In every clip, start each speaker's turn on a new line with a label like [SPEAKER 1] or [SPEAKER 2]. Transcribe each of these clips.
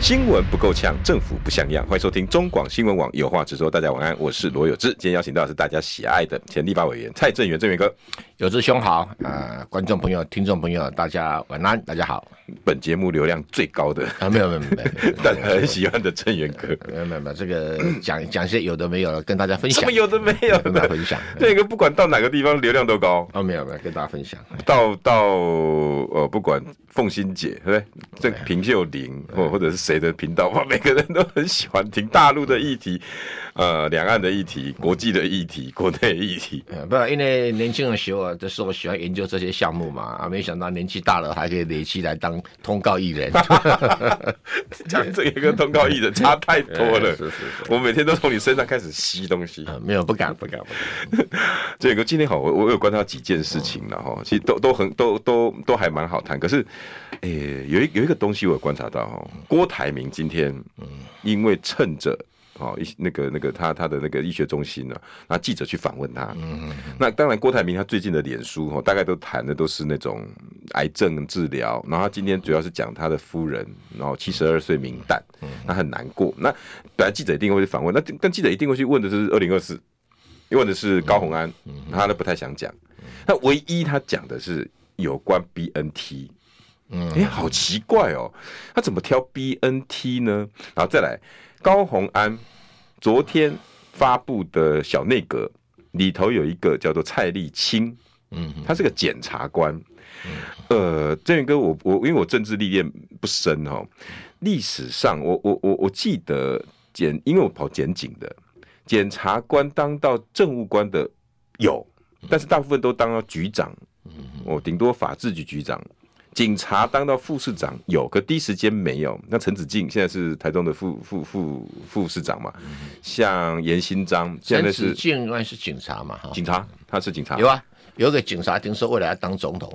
[SPEAKER 1] 新闻不够呛，政府不像样。欢迎收听中广新闻网，有话直说。大家晚安，我是罗有志。今天邀请到的是大家喜爱的前立法委员蔡正元，正元哥。
[SPEAKER 2] 有志兄好，呃，观众朋友、听众朋友，大家晚安，大家好
[SPEAKER 1] 本节目流量最高的，
[SPEAKER 2] 啊，没有没有没有
[SPEAKER 1] 大家很喜欢的正元哥。
[SPEAKER 2] 没有没有没有，这个讲讲些有的没有的，跟大家 分
[SPEAKER 1] 什
[SPEAKER 2] 享
[SPEAKER 1] 么，有的没有
[SPEAKER 2] 跟大
[SPEAKER 1] 的，
[SPEAKER 2] 家分享，
[SPEAKER 1] 正元哥不管到哪个地方流量都高，
[SPEAKER 2] 哦，没有没有，跟大家分享，
[SPEAKER 1] 到到呃不管凤欣姐对不对？这平秀玲或或者是谁的频道，哇，每个人都很喜欢听大陆的议题，呃，两岸的议题，国际的议题，国内的议 题。
[SPEAKER 2] 呃，不，因为年轻的时候啊，的时候喜欢研究这些项目嘛，啊，没想到年纪大了还可以累积来当通告艺人，
[SPEAKER 1] 讲这个跟通告艺人差太多 了
[SPEAKER 2] 哎是是是，
[SPEAKER 1] 我每天都从你身上开始吸东西。
[SPEAKER 2] 呃，没有不敢不敢，不敢
[SPEAKER 1] 这个今天好，我我有观察到几件事情了哈，其实都都很都都都还蛮好谈。可是，诶、有一有一个东西我有观察到哈，郭台铭今天因为趁着。哦，一那个那个他他的那个医学中心呢、啊，那记者去访问他。嗯那当然，郭台铭他最近的脸书哦，大概都谈的都是那种癌症治疗，然后他今天主要是讲他的夫人，然后七十二岁明旦，那很难过。那本来记者一定会去访问，那但记者一定会去问的就是二零二四，问的是高洪安，他都不太想讲。那唯一他讲的是有关 BNT，嗯，哎、好奇怪哦，他怎么挑 BNT 呢？然后再来，高洪安昨天发布的小内阁里头有一个叫做蔡立青，嗯，他是个检察官。呃，郑源哥，我我因为我政治历练不深哦，历史上我我我我记得检，因为我跑检警的，检察官当到政务官的有，但是大部分都当到局长，我、顶多法制局局长。警察当到副市长有，可第一时间没有。那陈子敬现在是台中的副副副副市长嘛，像严新章现在
[SPEAKER 2] 陈
[SPEAKER 1] 是
[SPEAKER 2] 子敬那是警察嘛，哈，
[SPEAKER 1] 警察，他是警察，
[SPEAKER 2] 有啊，有一个警察听说未来要当总统，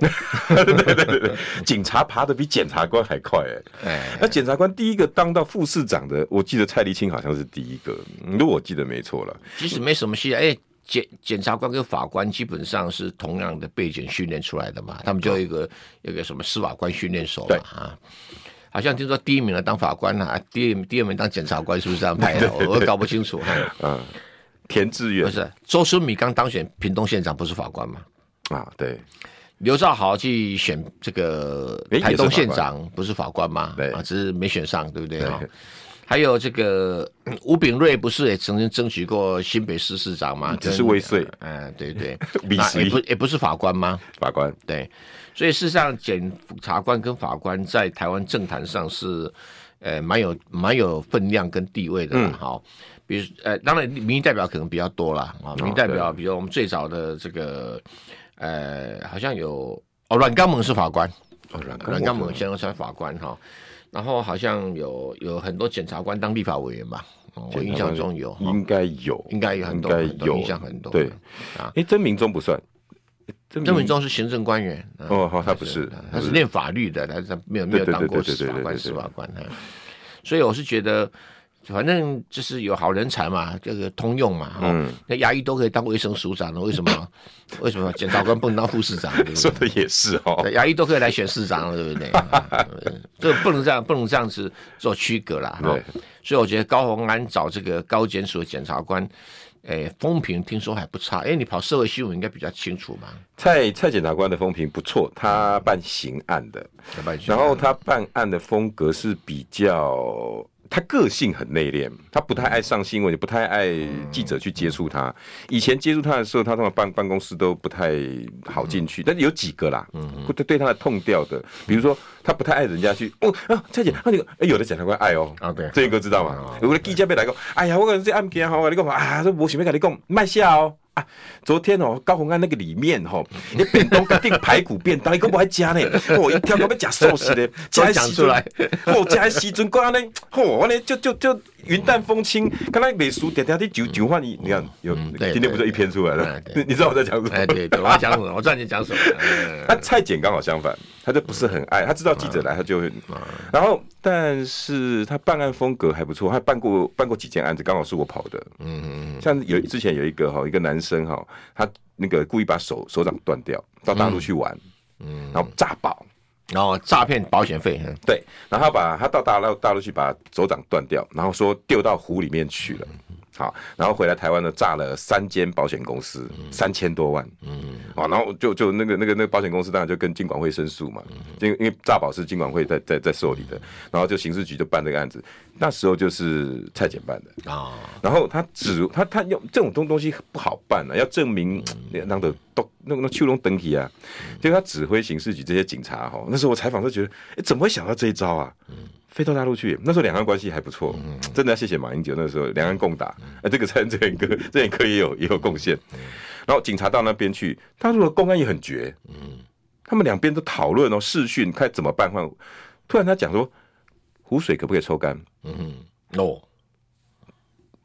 [SPEAKER 1] 警察爬得比检察官还快哎、
[SPEAKER 2] 哎，
[SPEAKER 1] 那检察官第一个当到副市长的，我记得蔡立青好像是第一个，嗯如果我记得没错了。
[SPEAKER 2] 其实没什么戏啊，因为检检察官跟法官基本上是同样的背景训练出来的嘛，他们就有一个有一个什么司法官训练所嘛
[SPEAKER 1] 对
[SPEAKER 2] 啊。好像听说第一名的当法官啊，第二第二名当检察官，是不是这样排的？我我搞不清楚。哈
[SPEAKER 1] 田志
[SPEAKER 2] 不
[SPEAKER 1] 远
[SPEAKER 2] 是，啊周春米刚当选屏东县长，不是法官吗？
[SPEAKER 1] 啊，对，
[SPEAKER 2] 刘兆豪去选这个
[SPEAKER 1] 诶也是
[SPEAKER 2] 台东
[SPEAKER 1] 法官
[SPEAKER 2] 县长，不是法官吗？
[SPEAKER 1] 对
[SPEAKER 2] 啊，只是没选上，对不对
[SPEAKER 1] 对
[SPEAKER 2] 啊？还有这个嗯吴炳瑞不是也曾经争取过新北市市长吗？
[SPEAKER 1] 只
[SPEAKER 2] 跟
[SPEAKER 1] 是未遂，
[SPEAKER 2] 嗯、对对
[SPEAKER 1] 未
[SPEAKER 2] 那
[SPEAKER 1] 遂
[SPEAKER 2] 也不也不是法官吗？
[SPEAKER 1] 法官
[SPEAKER 2] 对，所以事实上，检察官跟法官在台湾政坛上是，呃，蛮有蛮有分量跟地位的
[SPEAKER 1] 嗯
[SPEAKER 2] 啦。好、比如呃，当然民意代表可能比较多啦。
[SPEAKER 1] 哦
[SPEAKER 2] 啊、民意代表，比如我们最早的这个，呃，好像有哦，阮刚猛是法官，
[SPEAKER 1] 哦，阮
[SPEAKER 2] 阮刚猛先生是法官哈、然后好像有有很多检察官当立法委员吧，哦我印象中有，哈
[SPEAKER 1] 应该有，
[SPEAKER 2] 应该有很
[SPEAKER 1] 应
[SPEAKER 2] 多
[SPEAKER 1] 该
[SPEAKER 2] 很多
[SPEAKER 1] 有
[SPEAKER 2] 印象很多
[SPEAKER 1] 对
[SPEAKER 2] 啊。
[SPEAKER 1] 哎，曾明忠不算，诶曾
[SPEAKER 2] 郑文忠是行政官员，啊
[SPEAKER 1] 哦，好，他不是，
[SPEAKER 2] 他是念法律的，他他没有没
[SPEAKER 1] 对
[SPEAKER 2] 有
[SPEAKER 1] 对
[SPEAKER 2] 当过
[SPEAKER 1] 对对
[SPEAKER 2] 司
[SPEAKER 1] 对
[SPEAKER 2] 法
[SPEAKER 1] 对对
[SPEAKER 2] 官，
[SPEAKER 1] 对
[SPEAKER 2] 司法官啊。所以我是觉得，反正就是有好人才嘛，这个通用嘛，哦，
[SPEAKER 1] 嗯
[SPEAKER 2] 那牙医都可以当卫生署长了，为什 么？为什么检察官不能当副市长？对不
[SPEAKER 1] 说
[SPEAKER 2] 对？
[SPEAKER 1] 的也是哦
[SPEAKER 2] 对，牙医都可以来选市长了，对不对？啊这个不能这样，不能这样子做区隔啦。哈
[SPEAKER 1] 对。
[SPEAKER 2] 所以我觉得高鸿安找这个高检署的检察官，诶、风评听说还不差，因为你跑社会新闻应该比较清楚嘛。
[SPEAKER 1] 蔡蔡检察官的风评不错，他办刑案的，
[SPEAKER 2] 要不去
[SPEAKER 1] 然后他办案的风格是比较，他个性很内敛，他不太爱上新闻，也不太爱记者去接触他。以前接触他的时候，他通常办办公室都不太好进去，但是有几个啦，对对他的痛调的，比如说他不太爱人家去哦啊，蔡姐，那、啊、你、哎有的检察官爱哦，
[SPEAKER 2] 啊，对，
[SPEAKER 1] 这个知道吗？我的记者被来讲，哎呀，我可能这案件吼，你讲啊，这我想要跟你讲，卖下哦。啊，昨天哦，高洪安那个里面哦吼，你便当跟订排骨便当，你讲不爱吃呢？哦我一 跳到要吃寿司呢，吃的时
[SPEAKER 2] 讲出来
[SPEAKER 1] 阵，哦，吃的时阵，我安尼，哦，我呢就就就云淡风轻，刚才美苏点点的九九换你，你看有
[SPEAKER 2] 嗯对
[SPEAKER 1] 今天不是一篇出来了
[SPEAKER 2] 对对？对
[SPEAKER 1] 你你知道我在讲什
[SPEAKER 2] 哎，
[SPEAKER 1] 么？
[SPEAKER 2] 对对，我要讲什么？我知道你讲什么。嗯
[SPEAKER 1] 那蔡简刚好相反，他就不是很爱，他知道记者来，他就会。
[SPEAKER 2] 嗯
[SPEAKER 1] 然后，但是他办案风格还不错，他办过办过几件案子，刚好是我跑的。
[SPEAKER 2] 嗯嗯
[SPEAKER 1] 像有之前有一个哈，一个男生哈，他那个故意把手手掌断掉，到大陆去玩，
[SPEAKER 2] 嗯，
[SPEAKER 1] 然后炸保。
[SPEAKER 2] 然后诈骗保险费，嗯
[SPEAKER 1] 对，然后他把他到大陆大陆去把手掌断掉，然后说丢到湖里面去了。好，然后回来台湾呢，炸了三间保险公司，三千多万。嗯，哦，然后就就那个那个那个保险公司当然就跟金管会申诉嘛，因为因为诈保是金管会在在在受理的，然后就刑事局就办这个案子，那时候就是蔡检办的。
[SPEAKER 2] 啊，
[SPEAKER 1] 然后他只他他用这种东东西不好办啊，要证明那个都那个那秋龙登体啊，结果他指挥刑事局这些警察哈，那时候我采访都觉得，哎，怎么会想到这一招啊？飞到大陆去，那时候两岸关系还不错，真的要谢谢马英九那时候两岸共打，哎，这个蔡这哥这远哥也有也有贡献。然后警察到那边去，大陆的公安也很绝，他们两边都讨论哦，视讯看怎么办换。突然他讲说，湖水可不可以抽干？
[SPEAKER 2] 嗯哦，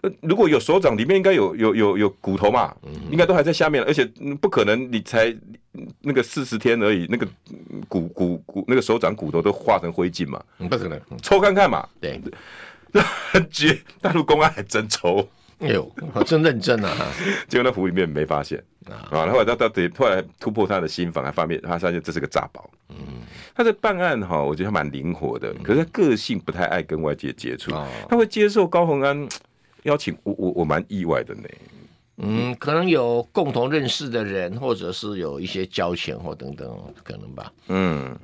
[SPEAKER 1] 呃，如果有手掌，里面应该有有有有骨头嘛，
[SPEAKER 2] 嗯
[SPEAKER 1] 应该都还在下面了，而且嗯不可能你才嗯那个四十天而已，那个嗯骨骨骨那个手掌骨头都化成灰烬嘛，
[SPEAKER 2] 嗯不可能，嗯
[SPEAKER 1] 抽看看嘛，
[SPEAKER 2] 对，
[SPEAKER 1] 很绝，大陆公安还真抽，
[SPEAKER 2] 哎呦，真认真啊，哈
[SPEAKER 1] 结果那湖里面没发现
[SPEAKER 2] 啊
[SPEAKER 1] 啊，然后后来到到底后来突破他的心防，还发现他发现这是个诈保，
[SPEAKER 2] 嗯
[SPEAKER 1] 他的办案哈，我觉得他蛮灵活的，可是他个性不太爱跟外界接触，
[SPEAKER 2] 哦
[SPEAKER 1] 他会接受高鸿安邀请，我我我蛮意外的呢，
[SPEAKER 2] 嗯，可能有共同认识的人，或者是有一些交情或等等，可能吧。
[SPEAKER 1] 嗯，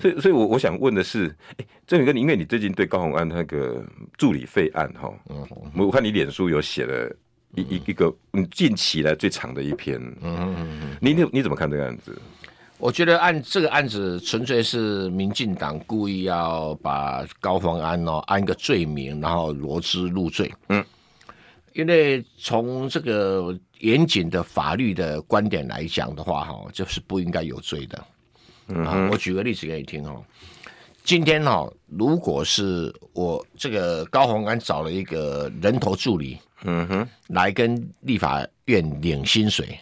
[SPEAKER 1] 所以，所以我我想问的是，哎、郑宇哥，你因为你最近对高洪安那个助理费案哈，
[SPEAKER 2] 嗯
[SPEAKER 1] 我我看你脸书有写了一一一个你近期来最长的一篇，嗯，你你你怎么看这个案子？
[SPEAKER 2] 我觉得案这个案子纯粹是民进党故意要把高鸿安哦安个罪名，然后罗织入罪。
[SPEAKER 1] 嗯，
[SPEAKER 2] 因为从这个严谨的法律的观点来讲的话，哈，这是不应该有罪的。嗯、啊，我举个例子给你听哦。今天哈、哦，如果是我这个高鸿安找了一个人头助理
[SPEAKER 1] 嗯哼，
[SPEAKER 2] 来跟立法院领薪水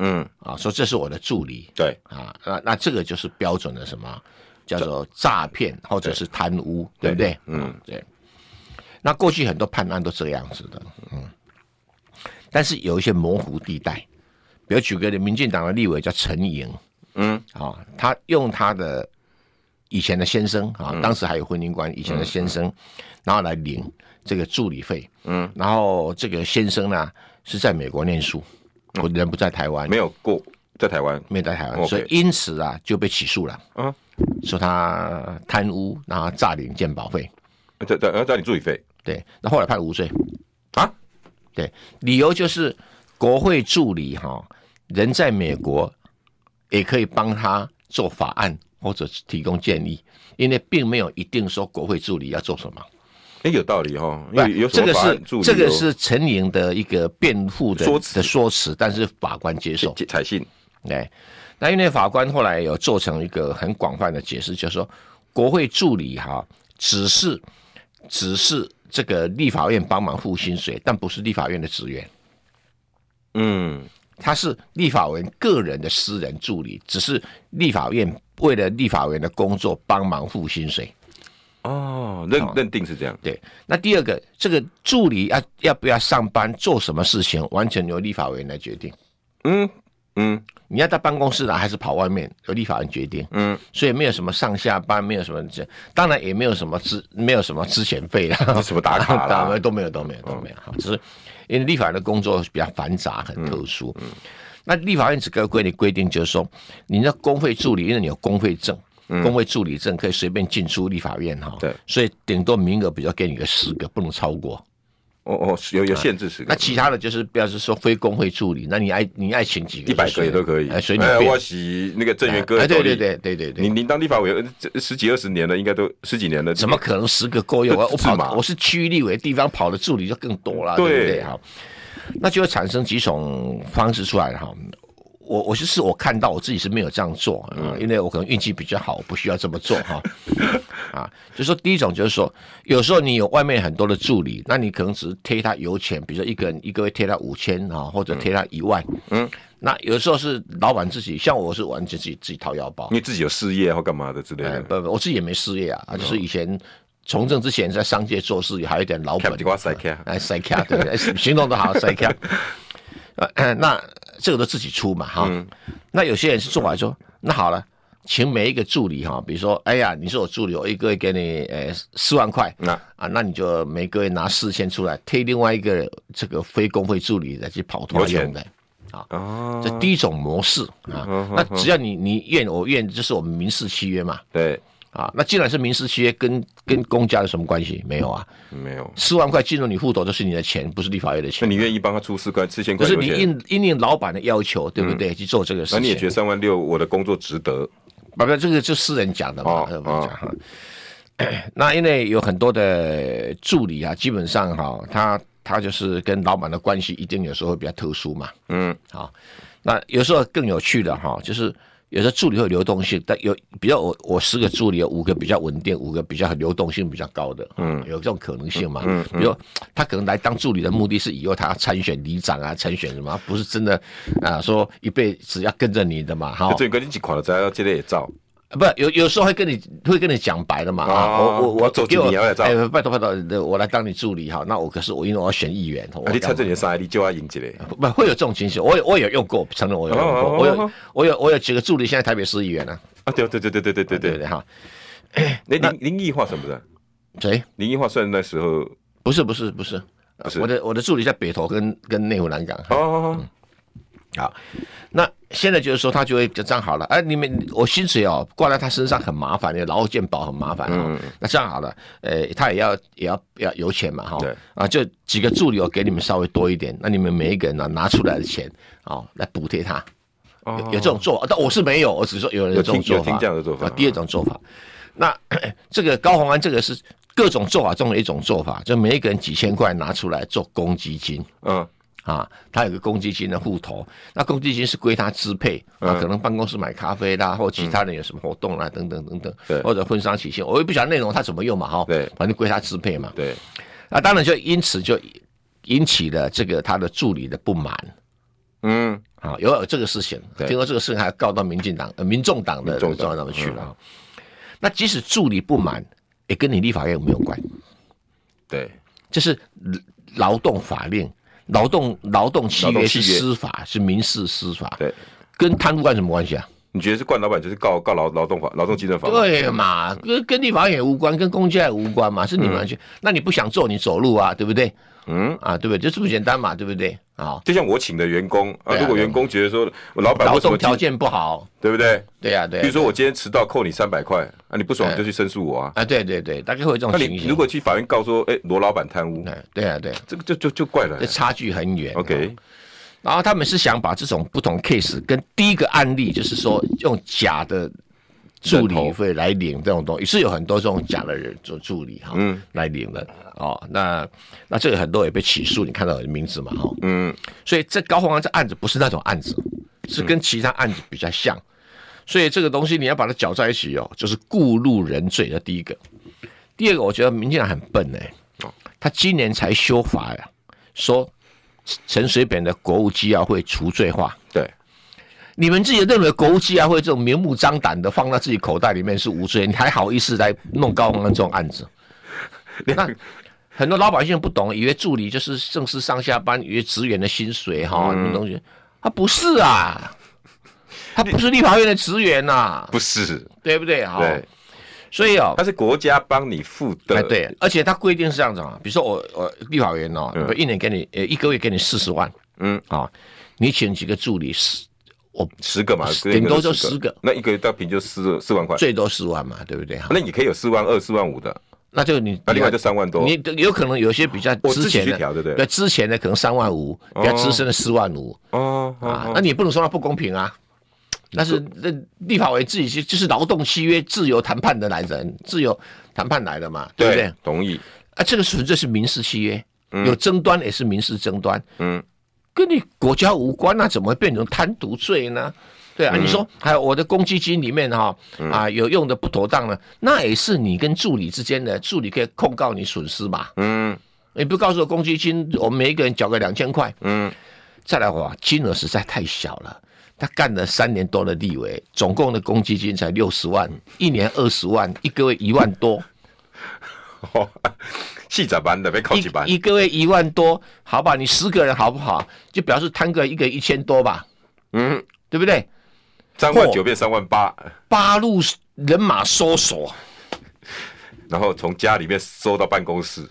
[SPEAKER 1] 嗯，
[SPEAKER 2] 啊，说这是我的助理，
[SPEAKER 1] 对，
[SPEAKER 2] 啊，那那这个就是标准的什么叫做诈骗或者是贪污，对不对？嗯，对。那过去很多判案都这样子的，嗯，但是有一些模糊地带，比如举个例民进党的立委叫陈莹，
[SPEAKER 1] 嗯，
[SPEAKER 2] 啊，他用他的以前的先生啊，当时还有婚姻关系，以前的先生，然后来领这个助理费，嗯，然后这个先生呢是在美国念书，我人不在台湾，
[SPEAKER 1] 没有过在台湾，
[SPEAKER 2] 没有在台湾，
[SPEAKER 1] OK
[SPEAKER 2] 所以因此啊就被起诉了，
[SPEAKER 1] 啊，
[SPEAKER 2] 说他贪污，然后诈领鉴保费，
[SPEAKER 1] 在在要叫你助理费
[SPEAKER 2] 对，那后来判无罪，
[SPEAKER 1] 啊，
[SPEAKER 2] 对，理由就是国会助理哈、人在美国也可以帮他做法案或者是提供建议，因为并没有一定说国会助理要做什么，
[SPEAKER 1] 哎、有道理哈，因为有什
[SPEAKER 2] 这
[SPEAKER 1] 么
[SPEAKER 2] 个
[SPEAKER 1] 法
[SPEAKER 2] 是
[SPEAKER 1] 案助理
[SPEAKER 2] 这个
[SPEAKER 1] 有
[SPEAKER 2] 是陈莹的一个辩护的
[SPEAKER 1] 说辞
[SPEAKER 2] 的说辞，但是法官接受，
[SPEAKER 1] 采采信，
[SPEAKER 2] 哎，那因为法官后来有做成一个很广泛的解释，就是说国会助理哈、只是只是这个立法院帮忙付薪水，但不是立法院的职员，
[SPEAKER 1] 嗯
[SPEAKER 2] 他是立法院个人的私人助理，只是立法院为了立法院的工作帮忙付薪水。
[SPEAKER 1] 哦，认认定是这样，
[SPEAKER 2] 对，那第二个，这个助理要要不要上班，做什么事情，完全由立法院来决定。
[SPEAKER 1] 嗯嗯
[SPEAKER 2] 你要到办公室来还是跑外面，由立法院决定。
[SPEAKER 1] 嗯，
[SPEAKER 2] 所以没有什么上下班，没有什么这，当然也没有什么资，没有什么资遣费啦，
[SPEAKER 1] 什么打卡啦嗯
[SPEAKER 2] 打 都没有，都没有，都没有。哈，只是因为立法院的工作比较繁杂，很特殊。
[SPEAKER 1] 嗯
[SPEAKER 2] 那立法院只给规定规定，就是说，你那工会助理，因为你有工会证，工会助理证可以随便进出立法院哈。
[SPEAKER 1] 嗯对
[SPEAKER 2] 所以顶多名额比较给你个十个，不能超过。
[SPEAKER 1] 哦哦，是有有限制时
[SPEAKER 2] 啊那
[SPEAKER 1] 刻。
[SPEAKER 2] 其他的就是，不要是说非工会助理，那你爱你爱请几个
[SPEAKER 1] 一
[SPEAKER 2] 就
[SPEAKER 1] 百个
[SPEAKER 2] 随
[SPEAKER 1] 也都可以，
[SPEAKER 2] 哎，随你
[SPEAKER 1] 哎
[SPEAKER 2] 便。
[SPEAKER 1] 我洗那个郑源哥，
[SPEAKER 2] 哎，对对，对对对对
[SPEAKER 1] 你。你当立法委员这十几二十年了，应该都十几年了，
[SPEAKER 2] 怎么可能十个够用？我我
[SPEAKER 1] 是嘛
[SPEAKER 2] 跑我是区域立委，地方跑的助理就更多了，
[SPEAKER 1] 对
[SPEAKER 2] 对不对？哈，那就会产生几种方式出来哈。我我就是我看到我自己是没有这样做啊，因为我可能运气比较好，我不需要这么做哈。 啊，就说第一种就是说，有时候你有外面很多的助理，那你可能只是贴他油钱，比如说一个人一个月贴他五千啊，或者贴他一万。嗯，那有时候是老板自己，像我是完全自己自己掏腰包
[SPEAKER 1] 因。为自己有事业或干嘛的之类
[SPEAKER 2] 哎，
[SPEAKER 1] 的，
[SPEAKER 2] 不不，我自己也没失业啊，啊就是以前从政之前在商界做事，还有一点老
[SPEAKER 1] 看
[SPEAKER 2] 本
[SPEAKER 1] 不。瓜塞开，
[SPEAKER 2] 哎，塞卡对不对？哎行动都好，塞卡。呃，那这个都自己出嘛哈。那有些人是做完说，那好了，请每一个助理哈，比如说，哎呀，你是我助理，我一个月给你呃四万块，
[SPEAKER 1] 那
[SPEAKER 2] 啊，那你就每个月拿四千出来贴另外一个这个非工会助理来去跑团用的。
[SPEAKER 1] 哦，
[SPEAKER 2] 这第一种模式啊，那只要你你愿我愿，这是我们民事契约嘛
[SPEAKER 1] 对，
[SPEAKER 2] 啊。那既然是民事契约，跟跟公家有什么关系？没有啊，
[SPEAKER 1] 没有。
[SPEAKER 2] 四万块进入你户头，这是你的钱，不是立法院的
[SPEAKER 1] 那
[SPEAKER 2] 钱。
[SPEAKER 1] 你愿意帮他出四块四千
[SPEAKER 2] 可
[SPEAKER 1] 块
[SPEAKER 2] 是
[SPEAKER 1] 油
[SPEAKER 2] 你
[SPEAKER 1] 钱？嗯
[SPEAKER 2] 应应应老板的要求，对不对？去做这个事
[SPEAKER 1] 那
[SPEAKER 2] 情。
[SPEAKER 1] 你也觉得三万六我的工作值得？
[SPEAKER 2] 不不，这个就私人讲的嘛，
[SPEAKER 1] 哦
[SPEAKER 2] 我讲哈。 那因为有很多的助理啊，基本上哈、他他就是跟老板的关系一定有时候会比较特殊嘛。
[SPEAKER 1] 嗯，
[SPEAKER 2] 好、那有时候更有趣的哈、就是有时候助理会有流动性，但有比较我我十个助理有五个比较稳定，五个比较流动性比较高的，嗯，有这种可能性嘛。嗯，比如他可能来当助理的目的是以后他要参选里长啊，参选什么，不是真的啊、说一辈子要跟着你的嘛，哈、
[SPEAKER 1] 就这个你几垮了，再要这类也照。
[SPEAKER 2] 不，有有时候会跟你会跟你讲白的嘛啊，
[SPEAKER 1] 哦
[SPEAKER 2] 我我我
[SPEAKER 1] 走
[SPEAKER 2] 给
[SPEAKER 1] 进
[SPEAKER 2] 我
[SPEAKER 1] 你要来照
[SPEAKER 2] 哎，拜托拜托，我来当你助理哈，那我可是我因为我要选议员，我
[SPEAKER 1] 啊，你
[SPEAKER 2] 干
[SPEAKER 1] 猜
[SPEAKER 2] 嘛
[SPEAKER 1] 这里的三 I D 就要赢几类。
[SPEAKER 2] 不会有这种情形，我有我有用过，承认我有用
[SPEAKER 1] 哦哦
[SPEAKER 2] 过，
[SPEAKER 1] 哦
[SPEAKER 2] 我
[SPEAKER 1] 哦
[SPEAKER 2] 有我有我有几个助理现在台北市议员呢，
[SPEAKER 1] 啊，对对对对对对对
[SPEAKER 2] 对不
[SPEAKER 1] 对。
[SPEAKER 2] 对哈？
[SPEAKER 1] 那林林毅化算不算？
[SPEAKER 2] 谁？
[SPEAKER 1] 林毅化算那时候
[SPEAKER 2] 不是不是不是
[SPEAKER 1] 不是，
[SPEAKER 2] 我的我的助理在北投跟跟内湖南港，
[SPEAKER 1] 哦，
[SPEAKER 2] 好，啊那现在就是说他就会这样好了，哎，你们我薪水哦挂在他身上很麻烦，的，劳健保很麻烦哦。
[SPEAKER 1] 嗯
[SPEAKER 2] 那这样好了，呃，他也要也要也要有钱嘛哈、
[SPEAKER 1] 对
[SPEAKER 2] 啊，就几个助理我给你们稍微多一点，那你们每一个人呢、拿出来的钱哦来补贴他，有有
[SPEAKER 1] 哦，
[SPEAKER 2] 这种做法，但我是没有，我只是说有人
[SPEAKER 1] 有
[SPEAKER 2] 这
[SPEAKER 1] 听
[SPEAKER 2] 种做
[SPEAKER 1] 有
[SPEAKER 2] 法，
[SPEAKER 1] 听这样的做法
[SPEAKER 2] 啊。第二种做法，那 这个高洪安这个是各种做法中的一种做法，就每一个人几千块拿出来做公积金。
[SPEAKER 1] 嗯，
[SPEAKER 2] 啊，他有个公积金的户头，那公积金是归他支配啊，
[SPEAKER 1] 嗯
[SPEAKER 2] 可能办公室买咖啡啦，或其他人有什么活动啦，等等等等
[SPEAKER 1] 对，
[SPEAKER 2] 或者婚丧喜庆，我也不晓得内容他怎么用嘛，哈，
[SPEAKER 1] 对
[SPEAKER 2] 反正归他支配嘛，
[SPEAKER 1] 对，
[SPEAKER 2] 啊，当然就因此就引起了这个他的助理的不满
[SPEAKER 1] 嗯，
[SPEAKER 2] 啊，有有这个事情，
[SPEAKER 1] 对
[SPEAKER 2] 听说这个事情还告到民进党、呃、民众党的
[SPEAKER 1] 民众党
[SPEAKER 2] 中
[SPEAKER 1] 嗯
[SPEAKER 2] 央那么去了，啊那即使助理不满，也跟你立法院有没有关？
[SPEAKER 1] 对，
[SPEAKER 2] 这是劳动法令、劳动劳动契
[SPEAKER 1] 劳动
[SPEAKER 2] 约
[SPEAKER 1] 契
[SPEAKER 2] 是
[SPEAKER 1] 约
[SPEAKER 2] 司法，是民事司法，
[SPEAKER 1] 对，
[SPEAKER 2] 跟贪污官什么关系啊？
[SPEAKER 1] 你觉得是惯老板就是告告劳劳动法、劳动基准法？，
[SPEAKER 2] 对嘛，跟跟立法院无关，跟公家也无关嘛，是你们去，那你不想做，你走路啊，对不对？
[SPEAKER 1] 嗯，
[SPEAKER 2] 啊，对不对？就这么简单嘛，对不对？啊，
[SPEAKER 1] 就像我请的员工啊，
[SPEAKER 2] 对啊
[SPEAKER 1] 如果员工觉得说我老板
[SPEAKER 2] 劳
[SPEAKER 1] 啊为什么
[SPEAKER 2] 动条
[SPEAKER 1] 今
[SPEAKER 2] 件不好，
[SPEAKER 1] 对不对？
[SPEAKER 2] 对呀、啊，对
[SPEAKER 1] 比
[SPEAKER 2] 啊、
[SPEAKER 1] 如说我今天迟到扣你三百块啊，你不爽就去申诉我啊。
[SPEAKER 2] 啊，对对对，大概会有这
[SPEAKER 1] 那
[SPEAKER 2] 种情
[SPEAKER 1] 你
[SPEAKER 2] 形。
[SPEAKER 1] 如果去法院告说，哎，罗老板贪污，
[SPEAKER 2] 哎对啊，对，
[SPEAKER 1] 这个就就就怪了
[SPEAKER 2] 这。差距很远。啊
[SPEAKER 1] OK，
[SPEAKER 2] 然后他们是想把这种不同 case 跟第一个案例，就是说用假的助理费来领这种东西，是有很多这种假的人做助理哈，
[SPEAKER 1] 嗯
[SPEAKER 2] 来领的哦。那那这个很多也被起诉，你看到我的名字嘛哈、哦。
[SPEAKER 1] 嗯，
[SPEAKER 2] 所以这高洪安这案子不是那种案子，是跟其他案子比较像。所以这个东西你要把它搅在一起哦，就是故路人罪的第一个。第二个，我觉得民进党很笨哎、他今年才修法呀，说陈水扁的国务机要会除罪化。
[SPEAKER 1] 对，
[SPEAKER 2] 你们自己认为国务机要会这种明目张胆的放到自己口袋里面是无罪，你还好意思来弄高洪安这种案子？那很多老百姓不懂，以为助理就是正式上下班，以为职员的薪水哈，什么东西？他不是啊，他不是立法院的职员呐、
[SPEAKER 1] 不是，
[SPEAKER 2] 对不对？哈，
[SPEAKER 1] 对，
[SPEAKER 2] 所以哦，
[SPEAKER 1] 他是国家帮你付
[SPEAKER 2] 哎
[SPEAKER 1] 的，，
[SPEAKER 2] 对，而且他规定是这样子啊，比如说我我立法院哦，我一年给你呃一个月给你四十万，
[SPEAKER 1] 嗯
[SPEAKER 2] 啊，你请几个助理十，我
[SPEAKER 1] 十个嘛，
[SPEAKER 2] 顶多就
[SPEAKER 1] 十
[SPEAKER 2] 十个
[SPEAKER 1] 那一个月到平就四四万块，
[SPEAKER 2] 最多十万嘛，对不对？哈，
[SPEAKER 1] 那你可以有四万二、四万五的，
[SPEAKER 2] 那就你
[SPEAKER 1] 啊那另外就三万多，
[SPEAKER 2] 你有可能有些比较
[SPEAKER 1] 我自己
[SPEAKER 2] 之前
[SPEAKER 1] 去
[SPEAKER 2] 的，
[SPEAKER 1] 调对不对
[SPEAKER 2] 之前的可能三万五，比较资深的四万五、
[SPEAKER 1] 哦，哦
[SPEAKER 2] 啊
[SPEAKER 1] 哦，
[SPEAKER 2] 那你也不能说它不公平啊。但是那立法委自己去就是劳动契约自由谈判的来人，自由谈判来的嘛，对不对？
[SPEAKER 1] 同意，
[SPEAKER 2] 啊，这个纯粹是民事契约，有争端也是民事争端。
[SPEAKER 1] 嗯，
[SPEAKER 2] 跟你国家无关那怎么会变成贪渎罪呢？对
[SPEAKER 1] 嗯
[SPEAKER 2] 啊，你说还有我的公积金里面哈啊有用的不妥当呢，那也是你跟助理之间的，助理可以控告你损失嘛。
[SPEAKER 1] 嗯
[SPEAKER 2] 你不告诉我公积金，我们每一个人缴个两千块，
[SPEAKER 1] 嗯
[SPEAKER 2] 再来哇，金额实在太小了。他干了三年多的立委，总共的公积金才六十万，一年二十万，一个月一万多，
[SPEAKER 1] 哦，戏咋班的被考几班
[SPEAKER 2] 一？一个月一万多，好吧，你十个人好不好？就表示摊个一个一千多吧，
[SPEAKER 1] 嗯，
[SPEAKER 2] 对不对？
[SPEAKER 1] 三万九变三万八，
[SPEAKER 2] 八路人马搜索，
[SPEAKER 1] 然后从家里面收到办公室，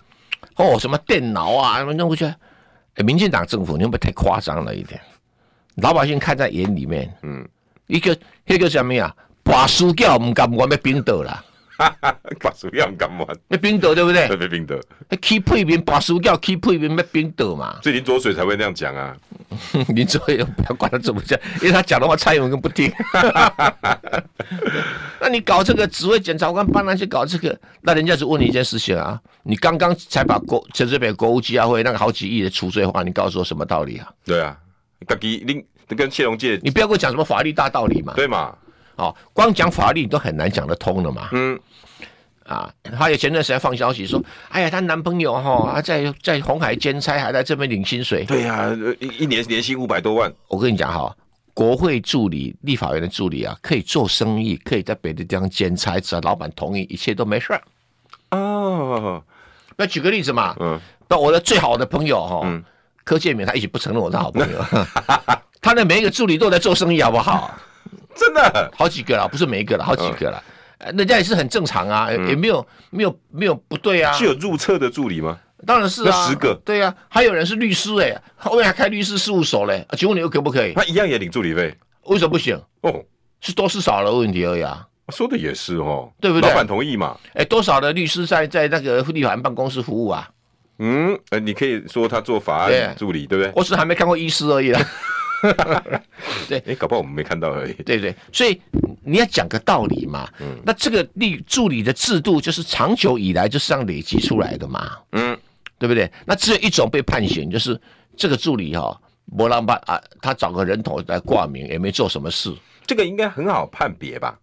[SPEAKER 2] 哦，什么电脑啊，什么弄过去。哎，民进党政府，你会不会太夸张了一点？老百姓看在眼里面，嗯，一个那个什么呀，把输掉唔敢玩，要冰岛啦，
[SPEAKER 1] 哈哈， 把手样干完，
[SPEAKER 2] 要冰岛对不对
[SPEAKER 1] 特？别冰的，
[SPEAKER 2] 去配面把输掉，去配面要冰岛嘛。
[SPEAKER 1] 所以林卓水才会那样讲啊。
[SPEAKER 2] 你最后不要管他怎么讲，因为他讲的话蔡英文更不听。 那你搞这个只会检察官帮他去搞这个，那人家只问你一件事情啊，你刚刚才把国陈水扁国务机要会那个好几亿的除罪化，你告诉我什么道理啊？
[SPEAKER 1] 对啊，自己林跟谢龙介
[SPEAKER 2] 你不要跟我讲什么法律大道理嘛，
[SPEAKER 1] 对嘛？
[SPEAKER 2] 哦，光讲法律你都很难讲得通了嘛。
[SPEAKER 1] 嗯
[SPEAKER 2] 啊，还有前段时间放消息说，哎呀，她男朋友哈、啊在在红海兼差，还在这边领薪水，
[SPEAKER 1] 对呀、呃一一年年薪五百多万，
[SPEAKER 2] 我跟你讲哈，国会助理、立法院的助理啊，可以做生意，可以在别的地方兼差，只要老板同意，一切都没事儿。
[SPEAKER 1] 哦，
[SPEAKER 2] 那举个例子嘛，
[SPEAKER 1] 嗯
[SPEAKER 2] 那我的最好的朋友哈、柯建明，他一直不承认我是好朋友，
[SPEAKER 1] 嗯
[SPEAKER 2] 他的每一个助理都在做生意，好不好？
[SPEAKER 1] 真的，
[SPEAKER 2] 好几个了，不是每一个了，好几个了。
[SPEAKER 1] 嗯
[SPEAKER 2] 呃人家也是很正常啊，也没有没有没有不对啊，
[SPEAKER 1] 是有入册的助理吗？
[SPEAKER 2] 当然是啊，
[SPEAKER 1] 那十个
[SPEAKER 2] 对啊，还有人是律师哎、后面还开律师事务所嘞、啊请问你又可不可以？
[SPEAKER 1] 他一样也领助理费
[SPEAKER 2] 为什么不行？
[SPEAKER 1] 哦，
[SPEAKER 2] 是多是少的问题而已啊。
[SPEAKER 1] 说的也是哦，
[SPEAKER 2] 对不对
[SPEAKER 1] 老板同意嘛？
[SPEAKER 2] 哎，多少的律师在在那个立法院办公室服务啊？
[SPEAKER 1] 嗯，呃，你可以说他做法
[SPEAKER 2] 对哦
[SPEAKER 1] 案助理，对不对？
[SPEAKER 2] 我只是还没看过医师而已啊 啦。
[SPEAKER 1] 哎、搞不好我们没看到而已。
[SPEAKER 2] 对不对？所以你要讲个道理嘛。
[SPEAKER 1] 嗯
[SPEAKER 2] 那这个立助理的制度就是长久以来就是这样累积出来的嘛，
[SPEAKER 1] 嗯，
[SPEAKER 2] 对不对？那只有一种被判刑，就是这个助理哈、哦，波浪巴啊，他找个人头来挂名，也没做什么事。
[SPEAKER 1] 这个应该很好判别吧？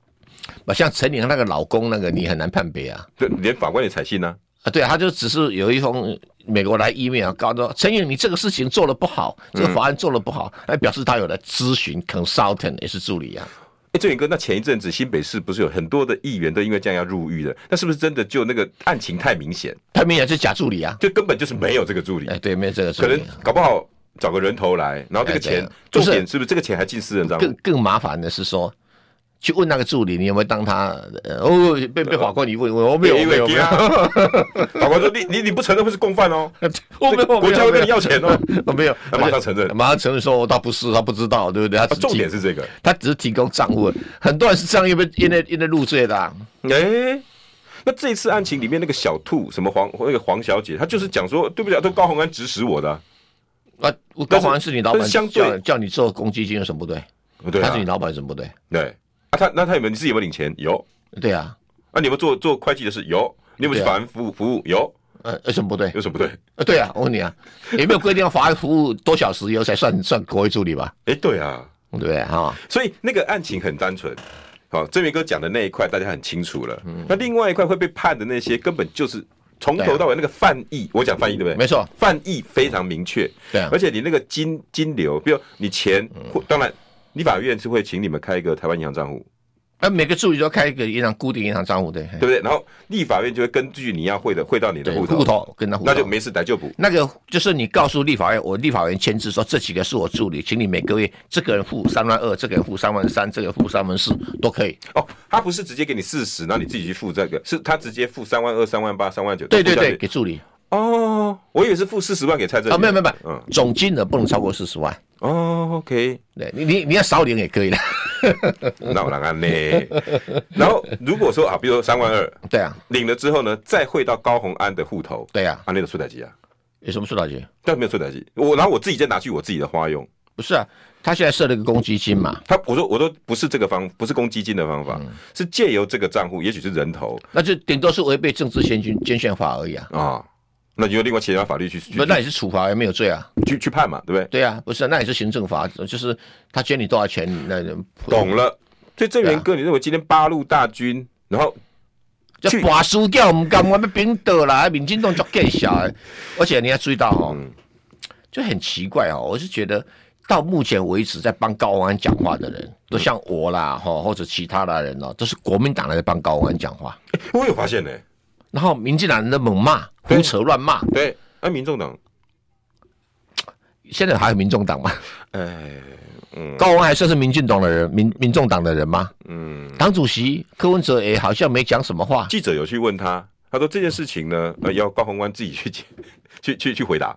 [SPEAKER 2] 那像陈宁那个老公那个，你很难判别啊。
[SPEAKER 1] 对，连法官也采信呢、
[SPEAKER 2] 啊，对啊，他就只是有一封美国来 email 告诉陈颖，你这个事情做的不好，
[SPEAKER 1] 嗯
[SPEAKER 2] 这个法案做的不好，那、表示他有了咨询 consultant 也是助理啊。
[SPEAKER 1] 哎，郑远哥，那前一阵子新北市不是有很多的议员都因为这样要入狱的？那是不是真的就那个案情太明显，
[SPEAKER 2] 他明显是假助理啊。
[SPEAKER 1] 就根本就是没有这个助理
[SPEAKER 2] 哎，？对，没有这个助
[SPEAKER 1] 可能
[SPEAKER 2] 理，
[SPEAKER 1] 搞不好找个人头来，然后这个
[SPEAKER 2] 哎对
[SPEAKER 1] 钱
[SPEAKER 2] 啊，
[SPEAKER 1] 重
[SPEAKER 2] 不是
[SPEAKER 1] 点是不是这个钱还进私人账
[SPEAKER 2] 更
[SPEAKER 1] 户？
[SPEAKER 2] 更麻烦的是说，去问那个助理，你有没有当他？呃、哦，被被法官一问，我没有，我没有，我没有，
[SPEAKER 1] 法官说你你你不承认会是共犯哦，
[SPEAKER 2] 我没有，我没 有
[SPEAKER 1] 国家会跟你要钱哦。
[SPEAKER 2] 我没有，
[SPEAKER 1] 他马上承认
[SPEAKER 2] 而且马上承认说，我倒不是，他不知道，对不对？他只
[SPEAKER 1] 啊重
[SPEAKER 2] 提
[SPEAKER 1] 点是这个，
[SPEAKER 2] 他只是提供账户，很多人是这样因为因为因为入罪的、啊。
[SPEAKER 1] 哎。那这一次案情里面那个小兔什么黄那个黄小姐，她就是讲说，对不起啊，都高宏安指使我的啊，
[SPEAKER 2] 啊，我高环是你老板
[SPEAKER 1] 但是相对
[SPEAKER 2] 叫叫你做公积金有什么不对？
[SPEAKER 1] 对
[SPEAKER 2] 他
[SPEAKER 1] 啊
[SPEAKER 2] 是你，老板有什么不对？
[SPEAKER 1] 对啊，她那她有没有你自己有没有领钱？有
[SPEAKER 2] 对啊，
[SPEAKER 1] 啊，你有没有做做会计的事？有，你有没有去
[SPEAKER 2] 对啊
[SPEAKER 1] 法院服务服务？有，
[SPEAKER 2] 呃，有什么不对？
[SPEAKER 1] 有什么不对？
[SPEAKER 2] 呃，对啊，我问你啊，有没有规定要法律服务多小时以后才算 算国会助理吧？
[SPEAKER 1] 哎，对啊，
[SPEAKER 2] 对不对哈？
[SPEAKER 1] 所以那个案情很单纯。好、郑明哥讲的那一块大家很清楚了。
[SPEAKER 2] 嗯
[SPEAKER 1] 那另外一块会被判的那些，根本就是从头到尾那个犯意，我讲犯意对不对？
[SPEAKER 2] 没错，
[SPEAKER 1] 犯意非常明确。
[SPEAKER 2] 对啊
[SPEAKER 1] 而且你那个金金流，比如你钱，
[SPEAKER 2] 嗯
[SPEAKER 1] 或当然，立法院是会请你们开一个台湾银行账户，
[SPEAKER 2] 那啊每个助理都开一个银行固定银行账户，对
[SPEAKER 1] 对不对？然后立法院就会根据你要汇的汇到你的
[SPEAKER 2] 对，
[SPEAKER 1] 户头，
[SPEAKER 2] 户头跟他户头，
[SPEAKER 1] 那就没事逮就补。
[SPEAKER 2] 那个就是你告诉立法院，我立法院签字说这几个是我助理，请你每个月这个人付三万二，这个人付三万三，这个人付三万四都可以。
[SPEAKER 1] 哦，他不是直接给你四十，然后你自己去付这个，是他直接付三万二、三万八、三万九。
[SPEAKER 2] 对对
[SPEAKER 1] 都付下
[SPEAKER 2] 对，
[SPEAKER 1] 去。
[SPEAKER 2] 给助理
[SPEAKER 1] 哦，我以为是付四十万给蔡政。
[SPEAKER 2] 啊，没有没有没有
[SPEAKER 1] 嗯，，
[SPEAKER 2] 总金额不能超过四十万。
[SPEAKER 1] 哦，OK，
[SPEAKER 2] 对你你你要少领也可以的，
[SPEAKER 1] 那我让安呢？然后如果说啊，比如说三万二
[SPEAKER 2] 对啊
[SPEAKER 1] 领了之后呢，再汇到高宏安的户头，
[SPEAKER 2] 对啊，
[SPEAKER 1] 啊，那个出台机啊，
[SPEAKER 2] 有什么说道理？
[SPEAKER 1] 但没有出台机，我然后我自己再拿去我自己的花用。
[SPEAKER 2] 不是啊，他现在设了一个公积金嘛，
[SPEAKER 1] 他我说我说不是这个方，不是公积金的方
[SPEAKER 2] 嗯
[SPEAKER 1] 法，是借由这个账户，也许是人头
[SPEAKER 2] 那就顶多是违背政治先军捐献法而已啊。
[SPEAKER 1] 啊，那就另外其他法律去去
[SPEAKER 2] 不，那也是处罚，没有罪啊。
[SPEAKER 1] 去去判嘛，对不对？
[SPEAKER 2] 对啊，不是、啊，那也是行政罚，就是他捐你多少钱，那
[SPEAKER 1] 懂啊了。所以郑源哥，你认为今天八路大军，然后
[SPEAKER 2] 就
[SPEAKER 1] 去
[SPEAKER 2] 拔输掉，唔甘我们冰倒啦，民进党就更小的。而且你要注意到哦，
[SPEAKER 1] 嗯
[SPEAKER 2] 就很奇怪哦，我是觉得到目前为止在帮高鸿安讲话的人，
[SPEAKER 1] 嗯
[SPEAKER 2] 都像我啦，哈，或者其他的人哦，都是国民党来帮高鸿安讲话，
[SPEAKER 1] 我有发现呢、
[SPEAKER 2] 然后民进党人的猛骂、胡扯乱骂。
[SPEAKER 1] 对，那、民众党，
[SPEAKER 2] 现在还有民众党吗？
[SPEAKER 1] 哎，
[SPEAKER 2] 高鸿安还算是民进党的人，民民众党的人吗？
[SPEAKER 1] 嗯，
[SPEAKER 2] 党主席柯文哲也好像没讲什么话，
[SPEAKER 1] 记者有去问他，他说这件事情呢，呃，要高宏安自己去解 去去去回答，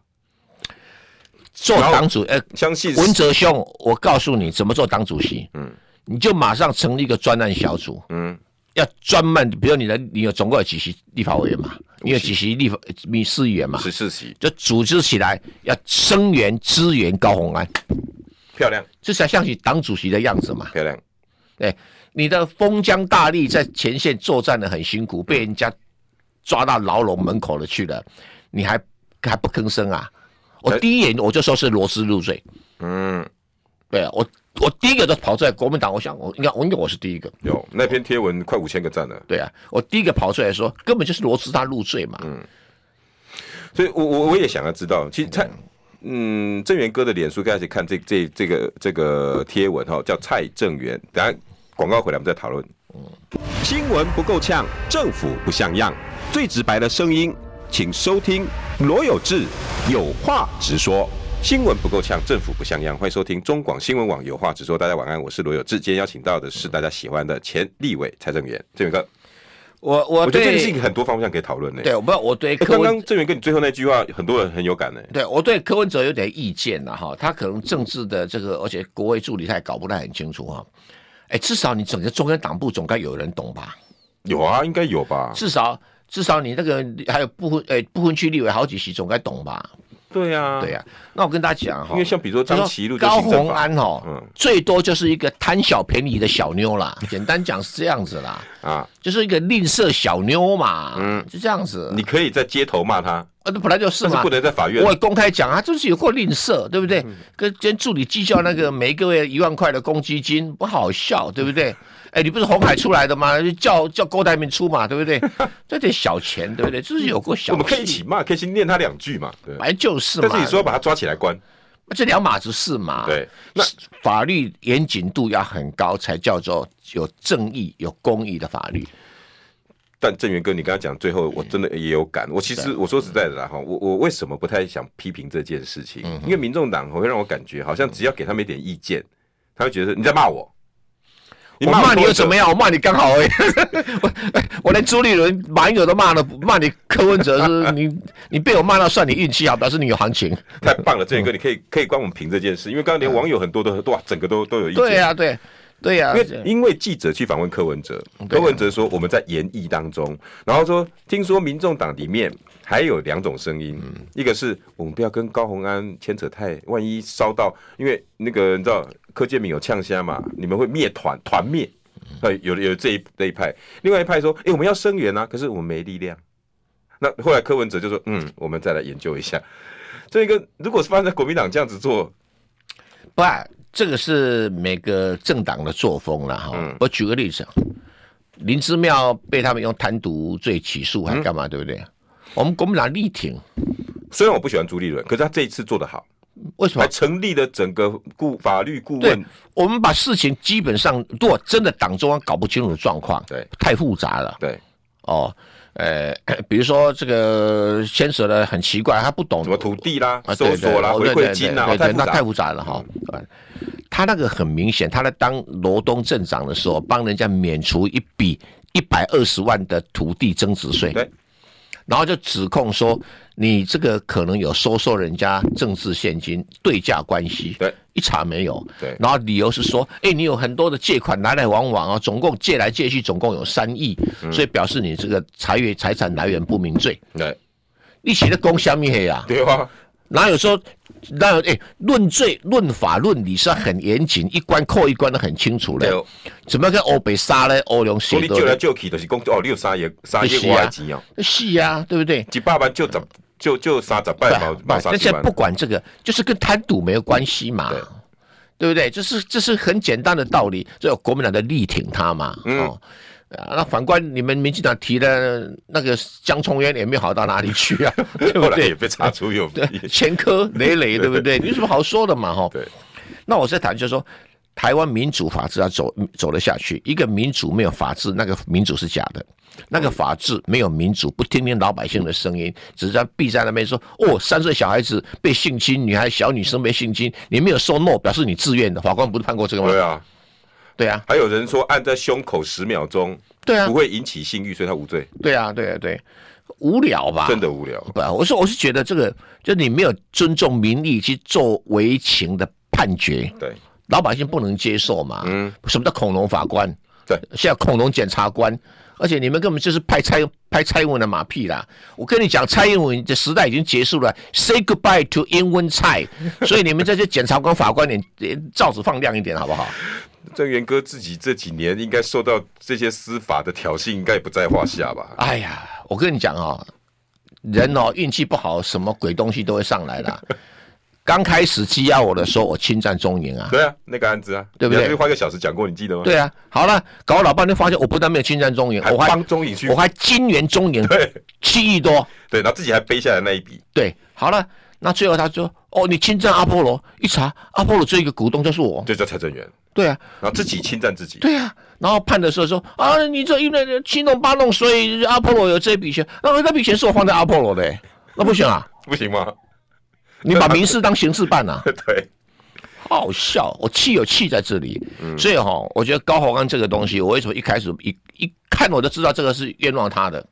[SPEAKER 2] 做党主呃
[SPEAKER 1] 相信
[SPEAKER 2] 文哲兄，我告诉你怎么做党主席，
[SPEAKER 1] 嗯
[SPEAKER 2] 嗯，你就马上成立一个专案小组，
[SPEAKER 1] 嗯
[SPEAKER 2] 要专门，比如你的你有总共有几席立法委员嘛，你有几席立法你市议员嘛，
[SPEAKER 1] 十四席，
[SPEAKER 2] 就组织起来要声援支援高鸿安，
[SPEAKER 1] 漂亮
[SPEAKER 2] 这才像你党主席的样子嘛。
[SPEAKER 1] 漂亮，
[SPEAKER 2] 对，哎你的封疆大吏在前线作战的很辛
[SPEAKER 1] 嗯
[SPEAKER 2] 苦，被人家抓到牢笼门口了去了，你还还不吭声啊？我
[SPEAKER 1] 哎
[SPEAKER 2] 第一眼我就说是罗斯入罪，
[SPEAKER 1] 嗯，
[SPEAKER 2] 对啊，我我第一个就跑出来，国民党，我想我应该我应该我是第一个，
[SPEAKER 1] 有那篇贴文快五千个赞了。
[SPEAKER 2] 对啊，我第一个跑出来说，根本就是罗斯他入罪嘛，
[SPEAKER 1] 嗯所以我我我也想要知道，其实蔡嗯郑源哥的脸书开始看这这这个这个贴文哈，叫蔡正源。等下广告回来我们再讨论。
[SPEAKER 2] 嗯
[SPEAKER 1] 新闻不够呛，政府不像样，最直白的声音，请收听罗有志有话直说。新闻不够呛，政府不像样，欢迎收听中广新闻网有话直说。大家晚安，我是罗有志。今天邀请到的是大家喜欢的前立委蔡正元，正元哥，
[SPEAKER 2] 我我
[SPEAKER 1] 我觉得这个
[SPEAKER 2] 哦对
[SPEAKER 1] 是一个很多方向可以讨论的。
[SPEAKER 2] 对，我不我对
[SPEAKER 1] 哎，
[SPEAKER 2] 柯
[SPEAKER 1] 刚
[SPEAKER 2] 文，
[SPEAKER 1] 刚正元哥你最后那句话，很多人很有感呢。
[SPEAKER 2] 对我对柯文哲有点意见了哈，他可能政治的这个，而且国会助理他也搞不太很清楚哈，哎，至少你整个中央党部总该有人懂吧？
[SPEAKER 1] 有啊，应该有吧？
[SPEAKER 2] 至少至少你那个还有不分哎不分区立委好几席总该懂吧？
[SPEAKER 1] 对啊，
[SPEAKER 2] 对呀、那我跟大家讲哈，
[SPEAKER 1] 因为像比如说
[SPEAKER 2] 他
[SPEAKER 1] 张
[SPEAKER 2] 说
[SPEAKER 1] 齐路就
[SPEAKER 2] 高
[SPEAKER 1] 行政
[SPEAKER 2] 鸿
[SPEAKER 1] 法
[SPEAKER 2] 安哦，
[SPEAKER 1] 嗯
[SPEAKER 2] 最多就是一个贪小便宜的小妞啦。简单讲是这样子啦，
[SPEAKER 1] 啊，
[SPEAKER 2] 就是一个吝啬小妞嘛，嗯，就这样子。
[SPEAKER 1] 你可以在街头骂他，
[SPEAKER 2] 啊，那本来就是
[SPEAKER 1] 但是
[SPEAKER 2] 嘛
[SPEAKER 1] 不。能在法院
[SPEAKER 2] 我。也公开讲啊，就是有过吝啬，对不
[SPEAKER 1] 嗯
[SPEAKER 2] 对？跟跟助理计较那个每个月一万块的公积金，不好笑，对不对？哎，你不是红海出来的吗？就叫叫郭台铭出嘛，对 不对？这点小钱，对不对？就是有过小
[SPEAKER 1] 我
[SPEAKER 2] 气，
[SPEAKER 1] 们可以一起骂，可以先念他两句嘛。对
[SPEAKER 2] 本，来就是嘛。
[SPEAKER 1] 但是你说要把他抓起来关，
[SPEAKER 2] 这两码子事嘛。
[SPEAKER 1] 对，那
[SPEAKER 2] 法律严谨度要很高，才叫做有正义、有公义的法律。
[SPEAKER 1] 但郑源哥，你刚刚讲最后，我真的也有感。我其实我说实在的啦，哈，我我为什么不太想批评这件事情？
[SPEAKER 2] 嗯
[SPEAKER 1] 因为民众党会让我感觉好像只要给他们一点意见，他会觉得你在骂我。你
[SPEAKER 2] 我骂你
[SPEAKER 1] 多
[SPEAKER 2] 又
[SPEAKER 1] 久
[SPEAKER 2] 怎么样？我骂你刚好而已。 我我连朱立伦、马英九都骂了，骂你柯文 哲是你你被我骂到算你运气好，表示你有行情。
[SPEAKER 1] 太棒了，郑源哥，你可以可以帮我们评这件事，因为刚刚连网友很多都哇，整个都都有意见。
[SPEAKER 2] 对呀、对对呀、
[SPEAKER 1] 因为因为记者去访问柯文哲，柯文哲说我们在研议当中，然后说听说民众党里面还有两种声音，一个是我们不要跟高鸿安牵扯太，万一烧到，因为那个你知道柯建明有呛虾嘛，你们会灭团团灭，呃，有有这一这一派，另外一派说，哎、我们要声援啊，可是我们没力量。那后来柯文哲就说，嗯，我们再来研究一下。这个如果是发生在国民党这样子做，
[SPEAKER 2] 不，这个是每个政党的作风了哈。
[SPEAKER 1] 嗯
[SPEAKER 2] 我举个例子，林之妙被他们用贪渎罪起诉，
[SPEAKER 1] 嗯
[SPEAKER 2] 还干嘛？对不对？我们国民党力挺，
[SPEAKER 1] 虽然我不喜欢朱立伦，可是他这一次做得好。
[SPEAKER 2] 为什么
[SPEAKER 1] 还？成立了整个顾法律顾
[SPEAKER 2] 对
[SPEAKER 1] 问，，
[SPEAKER 2] 我们把事情基本上，如果真的党中央搞不清楚状况，
[SPEAKER 1] 对，
[SPEAKER 2] 太复杂了
[SPEAKER 1] 对，
[SPEAKER 2] 哦。呃， 比如说这个牵扯的很奇怪，他不懂
[SPEAKER 1] 什么土地啦、
[SPEAKER 2] 啊，对
[SPEAKER 1] 搜
[SPEAKER 2] 对
[SPEAKER 1] 索啦、
[SPEAKER 2] 哦
[SPEAKER 1] 回
[SPEAKER 2] 对
[SPEAKER 1] 馈
[SPEAKER 2] 对
[SPEAKER 1] 金
[SPEAKER 2] 对
[SPEAKER 1] 啦，哦
[SPEAKER 2] 对
[SPEAKER 1] 太
[SPEAKER 2] 对，
[SPEAKER 1] 复
[SPEAKER 2] 那
[SPEAKER 1] 杂嗯
[SPEAKER 2] 太。复杂了哈。呃他那个很明显，他在当罗东镇长的时候，帮人家免除一笔一百二十万的土地增值税，
[SPEAKER 1] 对，
[SPEAKER 2] 然后就指控说你这个可能有收受人家政治现金对价关系，
[SPEAKER 1] 对，
[SPEAKER 2] 一查没有，
[SPEAKER 1] 对
[SPEAKER 2] 然后理由是说，哎，你有很多的借款来来往往啊，总共借来借去，总共有三亿，
[SPEAKER 1] 嗯
[SPEAKER 2] 所以表示你这个财源财产来源不明罪，
[SPEAKER 1] 对，
[SPEAKER 2] 你写的公虾米黑啊？
[SPEAKER 1] 对啊，
[SPEAKER 2] 哪有说，哪有哎，论、罪、论法、论理是很严谨，一关扣一关的很清楚
[SPEAKER 1] 对
[SPEAKER 2] 的
[SPEAKER 1] 哦。
[SPEAKER 2] 怎么跟欧北杀呢？欧龙
[SPEAKER 1] 所以
[SPEAKER 2] 写
[SPEAKER 1] 你救来
[SPEAKER 2] 的
[SPEAKER 1] 救去，就是讲哦，你有三亿、三
[SPEAKER 2] 就是
[SPEAKER 1] 亿
[SPEAKER 2] 啊
[SPEAKER 1] 外钱哦，
[SPEAKER 2] 是呀、对不对？
[SPEAKER 1] 一百万就十就就杀咋办嘛，马杀
[SPEAKER 2] 但
[SPEAKER 1] 鸡
[SPEAKER 2] 是
[SPEAKER 1] 嘛
[SPEAKER 2] 不。管这个，就是跟贪赌没有关系嘛，
[SPEAKER 1] 对
[SPEAKER 2] 对不对？这是这是很简单的道理，这国民党在力挺他嘛，
[SPEAKER 1] 嗯
[SPEAKER 2] 哦。啊，那反观你们民进党提的那个江崇渊也没有好到哪里 去啊，对 不
[SPEAKER 1] 后来
[SPEAKER 2] 对
[SPEAKER 1] 也？被查出有
[SPEAKER 2] 对，前科累累，对不对？你有什么好说的嘛？哦哈，
[SPEAKER 1] 对。
[SPEAKER 2] 那我在谈就是说，台湾民主法治要走走得下去，一个民主没有法治，那个民主是假的。那个法治没有民主，不听听老百姓的声音，只是在避在那边说哦，三岁小孩子被性侵，女孩小女生被性侵，你没有说 no，表示你自愿的。法官不是判过这个吗？
[SPEAKER 1] 对啊，
[SPEAKER 2] 对啊，
[SPEAKER 1] 还有人说按在胸口十秒钟
[SPEAKER 2] 对啊
[SPEAKER 1] 不，会引起性欲，所以他无罪，
[SPEAKER 2] 对啊，对啊，对，无聊吧？
[SPEAKER 1] 真的无聊。
[SPEAKER 2] 不，我说我是觉得这个，就你没有尊重民意去做违情的判决，
[SPEAKER 1] 对，
[SPEAKER 2] 老百姓不能接受嘛。
[SPEAKER 1] 嗯，
[SPEAKER 2] 什么叫恐龙法官？
[SPEAKER 1] 对，
[SPEAKER 2] 现在恐龙检察官，而且你们根本就是拍蔡拍蔡英文的马屁啦！我跟你讲，蔡英文的时代已经结束了，say goodbye to 英文蔡，所以你们这些检察官、法官，你你罩子放亮一点好不好？
[SPEAKER 1] 郑源哥自己这几年应该受到这些司法的挑衅，应该也不在话下吧？
[SPEAKER 2] 哎呀，我跟你讲哦，人哦运气不好，什么鬼东西都会上来啦。刚开始羁押我的时候，我侵占中营啊，
[SPEAKER 1] 对啊，那个案子啊，
[SPEAKER 2] 对不对
[SPEAKER 1] 你要去花个小时讲过，你记得吗？，
[SPEAKER 2] 对啊，好了，搞老半天发现我不但没有侵占中营，
[SPEAKER 1] 还
[SPEAKER 2] 我还
[SPEAKER 1] 帮中影去
[SPEAKER 2] 我，还金援中 营
[SPEAKER 1] 对
[SPEAKER 2] 七亿多，
[SPEAKER 1] 对，然后自己还背下来那一笔，
[SPEAKER 2] 对，好了，那最后他说，哦，你侵占阿波罗，一查阿波罗这一个股东就是我，
[SPEAKER 1] 就叫蔡正元，
[SPEAKER 2] 对啊，
[SPEAKER 1] 然后自己侵占自己，
[SPEAKER 2] 对啊，然后判的时候说啊，你这因为七弄八弄，所以阿波罗有这笔钱，那那笔钱是我放在阿波罗的、那不行啊，
[SPEAKER 1] 不行吗？
[SPEAKER 2] 你把民事当刑事办啊，
[SPEAKER 1] 对，
[SPEAKER 2] 好笑，我气有气在这里，所以哈、我觉得高宏安这个东西，我为什么一开始一一看我就知道这个是冤枉他的，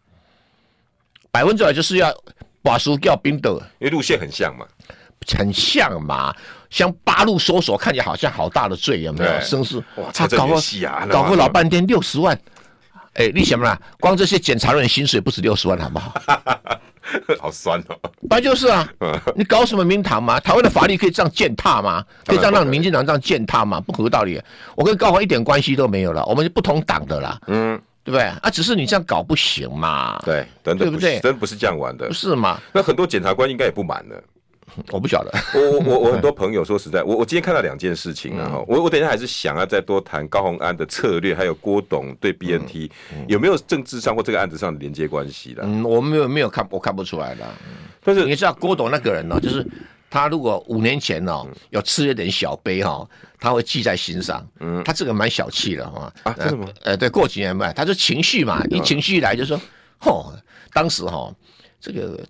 [SPEAKER 2] 百分之百就是要把书叫冰斗。
[SPEAKER 1] 因为路线很像嘛，
[SPEAKER 2] 很像嘛，像八路搜索，看起来好像好大的罪，有没有？
[SPEAKER 1] 对
[SPEAKER 2] 生是
[SPEAKER 1] 哇
[SPEAKER 2] 他
[SPEAKER 1] 财政
[SPEAKER 2] 搞
[SPEAKER 1] 也
[SPEAKER 2] 个
[SPEAKER 1] 细啊
[SPEAKER 2] 搞
[SPEAKER 1] 那
[SPEAKER 2] 个老半天六十万，哎，你想不啦？光这些检察人薪水不止六十万，好 不好？
[SPEAKER 1] 好酸哦。
[SPEAKER 2] 那就是啊，
[SPEAKER 1] 嗯
[SPEAKER 2] 你搞什么名堂嘛？台湾的法律可以这样践踏吗？可以这样让民进党这样践踏吗？不合道理。我跟高华一点关系都没有了，我们是不同党的啦，
[SPEAKER 1] 嗯，
[SPEAKER 2] 对不对？啊，只是你这样搞不行嘛，
[SPEAKER 1] 对，真的
[SPEAKER 2] 对不
[SPEAKER 1] 不
[SPEAKER 2] 对
[SPEAKER 1] 是，真不是这样玩的
[SPEAKER 2] 不。是嘛？
[SPEAKER 1] 那很多检察官应该也不满了。
[SPEAKER 2] 我不晓得，
[SPEAKER 1] 我我我我很多朋友说实在，我我今天看到两件事情啊，哈、
[SPEAKER 2] 嗯
[SPEAKER 1] 我我等一下还是想要再多谈高鸿安的策略，还有郭董对 BNT、有没有政治上或这个案子上的连接关系的、
[SPEAKER 2] 嗯，我没有没有看，我看不出来的。
[SPEAKER 1] 但是
[SPEAKER 2] 你知道郭董那个人呢、就是他如果五年前呢、哦有吃了点小杯哈、他会记在心上。嗯，他这个蛮小气的哈、
[SPEAKER 1] 啊真的吗
[SPEAKER 2] 呃？呃，对，过几年吧，他就情绪嘛，
[SPEAKER 1] 嗯
[SPEAKER 2] 一情绪一来就说，吼，当时哈、这个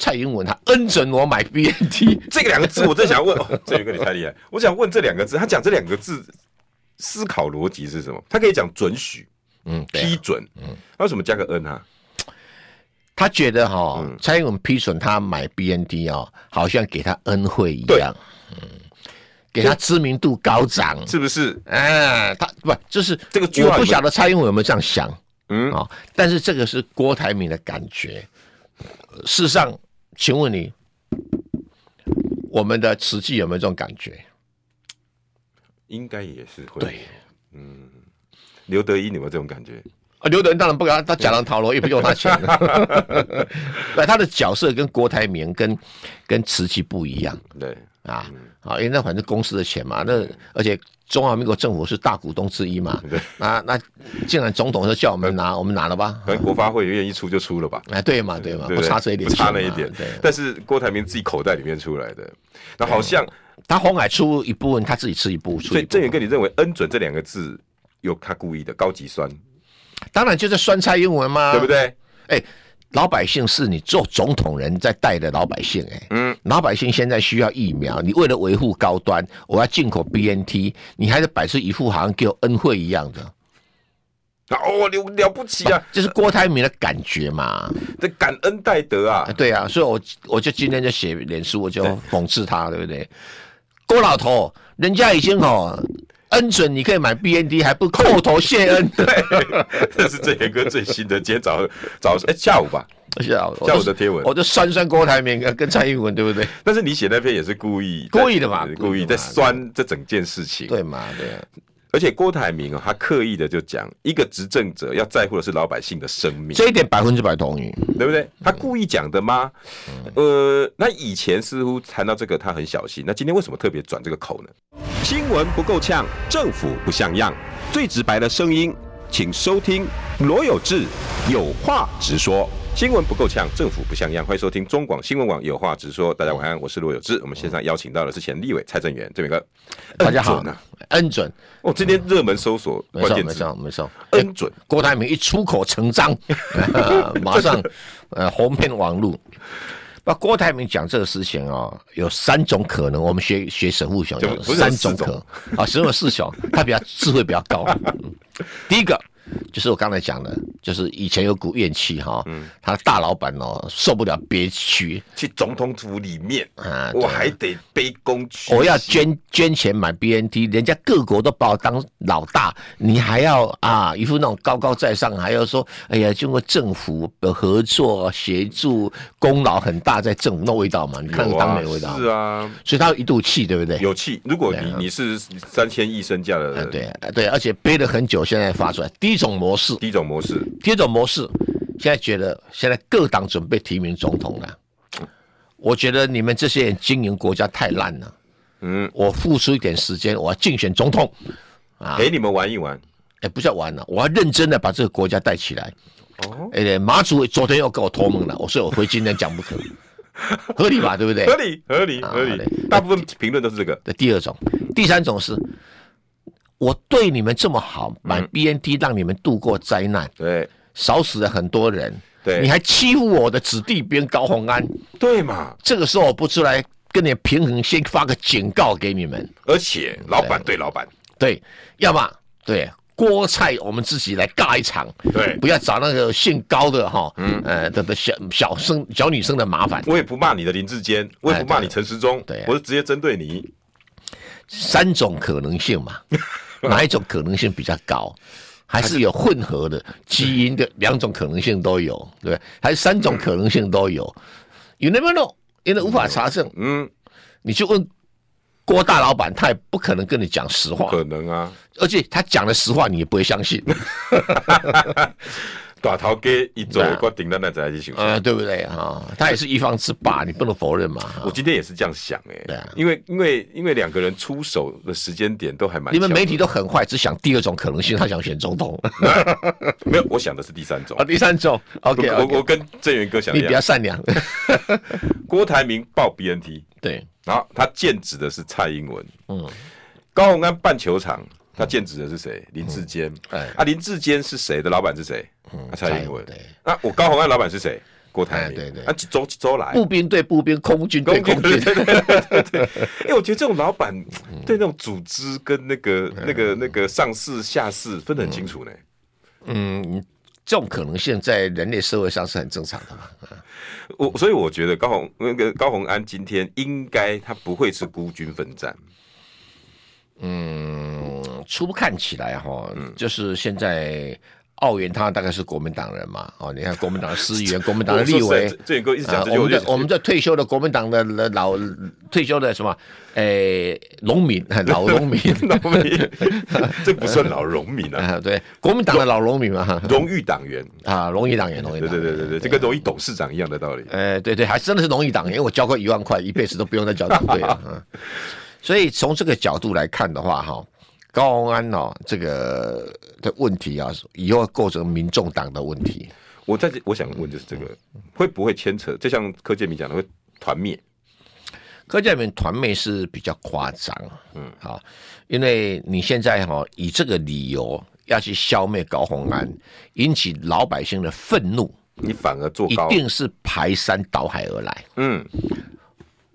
[SPEAKER 2] 蔡英文他恩准我买 BNT，
[SPEAKER 1] 这个两个字，我真想问，哦、这有一个你太厉害，我想问这两个字，他讲这两个字思考逻辑是什么？他可以讲准许、
[SPEAKER 2] 嗯，对啊、
[SPEAKER 1] 批准，他为什么加个 N 啊？
[SPEAKER 2] 他觉得哈、哦
[SPEAKER 1] 嗯
[SPEAKER 2] 蔡英文批准他买 BNT 哦，好像给他恩惠一样，嗯，给他知名度高涨。
[SPEAKER 1] 是不是？
[SPEAKER 2] 哎、他不就是
[SPEAKER 1] 这个句
[SPEAKER 2] 我
[SPEAKER 1] 话有
[SPEAKER 2] 不
[SPEAKER 1] 没有
[SPEAKER 2] 晓得蔡英文有没有这样想，
[SPEAKER 1] 嗯
[SPEAKER 2] 啊、但是这个是郭台铭的感觉。呃事实上，请问你，我们的慈济有没有这种感觉？
[SPEAKER 1] 应该也是会。嗯
[SPEAKER 2] 对，
[SPEAKER 1] 刘德一，你有没有这种感觉？
[SPEAKER 2] 啊，刘德仁当然不给他，他假狼逃罗也不用他钱。 对，他的角色跟郭台铭跟跟慈济不一样
[SPEAKER 1] 对，
[SPEAKER 2] 啊
[SPEAKER 1] 嗯
[SPEAKER 2] 啊，因为那反正公司的钱嘛，那而且中华民国政府是大股东之一嘛，那那既然总统就叫我们拿，我们拿了吧。
[SPEAKER 1] 反正国发会愿意出就出了吧。
[SPEAKER 2] 哎，对嘛，对嘛，
[SPEAKER 1] 对
[SPEAKER 2] 不
[SPEAKER 1] 对
[SPEAKER 2] 差这一点
[SPEAKER 1] 不
[SPEAKER 2] 钱
[SPEAKER 1] 差
[SPEAKER 2] 嘛，
[SPEAKER 1] 那一点
[SPEAKER 2] 对，
[SPEAKER 1] 但是郭台铭自己口袋里面出来的，那好像，
[SPEAKER 2] 嗯他红海出一部分，他自己吃一部分，出
[SPEAKER 1] 所
[SPEAKER 2] 一
[SPEAKER 1] 以
[SPEAKER 2] 部
[SPEAKER 1] 郑
[SPEAKER 2] 分
[SPEAKER 1] 源。哥，你认为“恩准”这两个字有他故意的高级酸，
[SPEAKER 2] 当然就是酸菜英文嘛，
[SPEAKER 1] 对不？对？
[SPEAKER 2] 哎，老百姓是你做总统人在带的老百姓、哎，
[SPEAKER 1] 嗯，
[SPEAKER 2] 老百姓现在需要疫苗，你为了维护高端，我要进口 BNT，你还是摆出一副好像给我恩惠一样的，
[SPEAKER 1] 那哦，了了不起啊，
[SPEAKER 2] 这是郭台铭的感觉嘛？
[SPEAKER 1] 这感恩戴德啊
[SPEAKER 2] 啊，对啊，所以我我就今天就写脸书，我就讽刺他，对不对？郭老头，人家已经哦恩准你可以买 BNT，还不叩头谢恩。
[SPEAKER 1] 这是郑源哥最新的，今天早早哎下午吧。
[SPEAKER 2] 是啊，
[SPEAKER 1] 下午
[SPEAKER 2] 就
[SPEAKER 1] 的贴文
[SPEAKER 2] 我就酸酸郭台铭跟跟蔡英文，对不 对？
[SPEAKER 1] 但是你写那篇也是故意
[SPEAKER 2] 故意的嘛
[SPEAKER 1] 对
[SPEAKER 2] 故
[SPEAKER 1] 故
[SPEAKER 2] 意
[SPEAKER 1] 意在
[SPEAKER 2] 的嘛
[SPEAKER 1] 酸这整件事情。
[SPEAKER 2] 对嘛，对啊、
[SPEAKER 1] 而且郭台铭啊、他刻意的就讲，一个执政者要在乎的是老百姓的生命，
[SPEAKER 2] 这一点百分之百同意。
[SPEAKER 1] 对不对？他故意讲的吗？
[SPEAKER 2] 嗯
[SPEAKER 1] 呃，那以前似乎谈到这个他很小心，那今天为什么特别转这个口呢？新闻不够呛，政府不像样，最直白的声音，请收听罗有志有话直说。新闻不够呛，政府不像样，欢迎收听中广新闻网有话直说。大家晚安，我是罗有志。我们线上邀请到的是前立委蔡正元，这边个
[SPEAKER 2] 大家好
[SPEAKER 1] 恩准啊，
[SPEAKER 2] 恩准，
[SPEAKER 1] 哦，今天热门搜索
[SPEAKER 2] 没
[SPEAKER 1] 关
[SPEAKER 2] 错
[SPEAKER 1] 键
[SPEAKER 2] 没
[SPEAKER 1] 字
[SPEAKER 2] 错没错。
[SPEAKER 1] 恩准，
[SPEAKER 2] 郭台铭一出口 成章，呃马上呃红遍网络。那郭台铭讲这个事情哦，有三种可能，我们学学神户雄
[SPEAKER 1] 就
[SPEAKER 2] 有
[SPEAKER 1] 不是有
[SPEAKER 2] 三种
[SPEAKER 1] 四种
[SPEAKER 2] 可能啊，神户 四雄，他比较智慧比较高。嗯第一个就是我刚才讲的，就是以前有股怨气哈、
[SPEAKER 1] 嗯
[SPEAKER 2] 他的大老板哦受不了憋屈，
[SPEAKER 1] 去总统府里面，
[SPEAKER 2] 啊
[SPEAKER 1] 我
[SPEAKER 2] 对
[SPEAKER 1] 还得卑躬屈膝。
[SPEAKER 2] 我要捐捐钱买 BNT，人家各国都把我当老大，你还要啊一副那种高高在上，还要说哎呀，中国政府的合作协助功劳很大，在政府那味道嘛？你看
[SPEAKER 1] 有
[SPEAKER 2] 当
[SPEAKER 1] 啊
[SPEAKER 2] 没味道，
[SPEAKER 1] 是啊，
[SPEAKER 2] 所以他有一肚气，对不对？
[SPEAKER 1] 有气。如果你你是三千亿身价
[SPEAKER 2] 啊
[SPEAKER 1] 的
[SPEAKER 2] 对啊对，而且憋了很久，现在发出来。第一种模式，
[SPEAKER 1] 第一种模式，
[SPEAKER 2] 第二种模式，现在觉得现在各党准备提名总统了，我觉得你们这些人经营国家太烂了。
[SPEAKER 1] 嗯，
[SPEAKER 2] 我付出一点时间，我要竞选总统。啊
[SPEAKER 1] 陪你们玩一玩。
[SPEAKER 2] 哎，不是要玩了，我要认真的把这个国家带起来。
[SPEAKER 1] 哦，
[SPEAKER 2] 哎，马祖昨天又跟我托梦了，我说我非今天讲不可，合理吧？对不对
[SPEAKER 1] 合？理合理
[SPEAKER 2] 啊
[SPEAKER 1] 合
[SPEAKER 2] 好
[SPEAKER 1] 理
[SPEAKER 2] 嘞，
[SPEAKER 1] 大部分评论都是这个。
[SPEAKER 2] 这第二种，第三种是，我对你们这么好，买
[SPEAKER 1] 嗯
[SPEAKER 2] BNT 让你们度过灾难，
[SPEAKER 1] 对
[SPEAKER 2] 少死了很多人，
[SPEAKER 1] 对
[SPEAKER 2] 你还欺负我的子弟兵高鸿安，
[SPEAKER 1] 对嘛，
[SPEAKER 2] 这个时候我不出来跟你平衡，先发个警告给你们，
[SPEAKER 1] 而且老板对老板，
[SPEAKER 2] 嗯对，要么对锅菜我们自己来尬一场，
[SPEAKER 1] 对嗯
[SPEAKER 2] 不要找那个姓高的哈，呃的的小小生小女生的麻烦。
[SPEAKER 1] 我也不骂你的林志坚，我也不骂你陈时中
[SPEAKER 2] 哎对啊，
[SPEAKER 1] 我是直接针对你。
[SPEAKER 2] 三种可能性 嘛，哪一种可能性比较高？还是有混合的基因的两种可能性都有，对不对？还是三种可能性都有？You never know，因为无法查证。
[SPEAKER 1] 嗯，
[SPEAKER 2] 你去问郭大老板，他也不可能跟你讲实话，
[SPEAKER 1] 可能啊，
[SPEAKER 2] 而且他讲的实话你也不会相信。
[SPEAKER 1] 大头给一走
[SPEAKER 2] 对啊，
[SPEAKER 1] 我顶到那在一起。
[SPEAKER 2] 呃，对不对啊、他也是一方之霸，你不能否认嘛。
[SPEAKER 1] 我今天也是这样想哎、
[SPEAKER 2] 对啊
[SPEAKER 1] 因为因为因为两个人出手的时间点都还蛮
[SPEAKER 2] 你们
[SPEAKER 1] 巧的
[SPEAKER 2] 媒体都很坏，只想第二种可能性，他想选总统
[SPEAKER 1] 没有，我想的是第三种
[SPEAKER 2] 啊，。第啊三种，OK，,
[SPEAKER 1] 我我我跟郑源哥想的
[SPEAKER 2] 你
[SPEAKER 1] 一
[SPEAKER 2] 比
[SPEAKER 1] 样
[SPEAKER 2] 较，善良，
[SPEAKER 1] 郭台铭报 BNT，
[SPEAKER 2] 对，
[SPEAKER 1] 然后他剑指的是蔡英文，
[SPEAKER 2] 嗯，
[SPEAKER 1] 高鸿安办球场，他剑指的是谁？林志坚，
[SPEAKER 2] 哎
[SPEAKER 1] 啊，林志坚是谁的老板是谁？啊蔡英文
[SPEAKER 2] 蔡英文对。
[SPEAKER 1] 那我高鸿安老板是谁？郭台铭，
[SPEAKER 2] 哎对对
[SPEAKER 1] 啊，几周几周来。
[SPEAKER 2] 步兵对步兵，空军对空军，
[SPEAKER 1] 对对对对对，因为我觉得这种老板对那种组织跟那个那个那个上市下市分得很清楚呢。
[SPEAKER 2] 嗯，这种可能性在人类社会上是很正常的嘛。
[SPEAKER 1] 我所以我觉得高鸿那个高鸿安今天应该他不会是孤军奋战，
[SPEAKER 2] 嗯，初看起来哈，
[SPEAKER 1] 嗯
[SPEAKER 2] 就是现在。奥元他大概是国民党人嘛，哦，你看国民党的市 议员、国民党的立委
[SPEAKER 1] 我说实在，这这远哥一直
[SPEAKER 2] 啊
[SPEAKER 1] 讲，这句，
[SPEAKER 2] 我
[SPEAKER 1] 我
[SPEAKER 2] 们
[SPEAKER 1] 就
[SPEAKER 2] 的我们的退休的国民党的老退休的什么，诶、农民 老农民
[SPEAKER 1] 农 民，这不算老农民啊，
[SPEAKER 2] 啊， 对，国民党的老农民嘛，
[SPEAKER 1] 荣誉党 员。
[SPEAKER 2] 啊，荣誉党员，荣誉
[SPEAKER 1] 对
[SPEAKER 2] 党
[SPEAKER 1] 对
[SPEAKER 2] 员，
[SPEAKER 1] 对对对，这跟荣誉董事长一样的道理。
[SPEAKER 2] 呃，对对，还真的是荣誉党员，因为我交过一万块，一辈子都不用再交党费了，嗯，所以从这个角度来看的话，哈，高鸿安哦，这个的问题啊，以后构成民众党的问题，
[SPEAKER 1] 我在这我想问就是这个，
[SPEAKER 2] 嗯
[SPEAKER 1] 会不会牵扯？就像柯建明讲的，会团灭？
[SPEAKER 2] 柯建铭团妹是比较夸张，嗯，好，因为你现在哈、以这个理由要去消灭高鸿安，引起老百姓的愤怒，
[SPEAKER 1] 你反而做
[SPEAKER 2] 一
[SPEAKER 1] 高，
[SPEAKER 2] 定是排山倒海而来。
[SPEAKER 1] 嗯，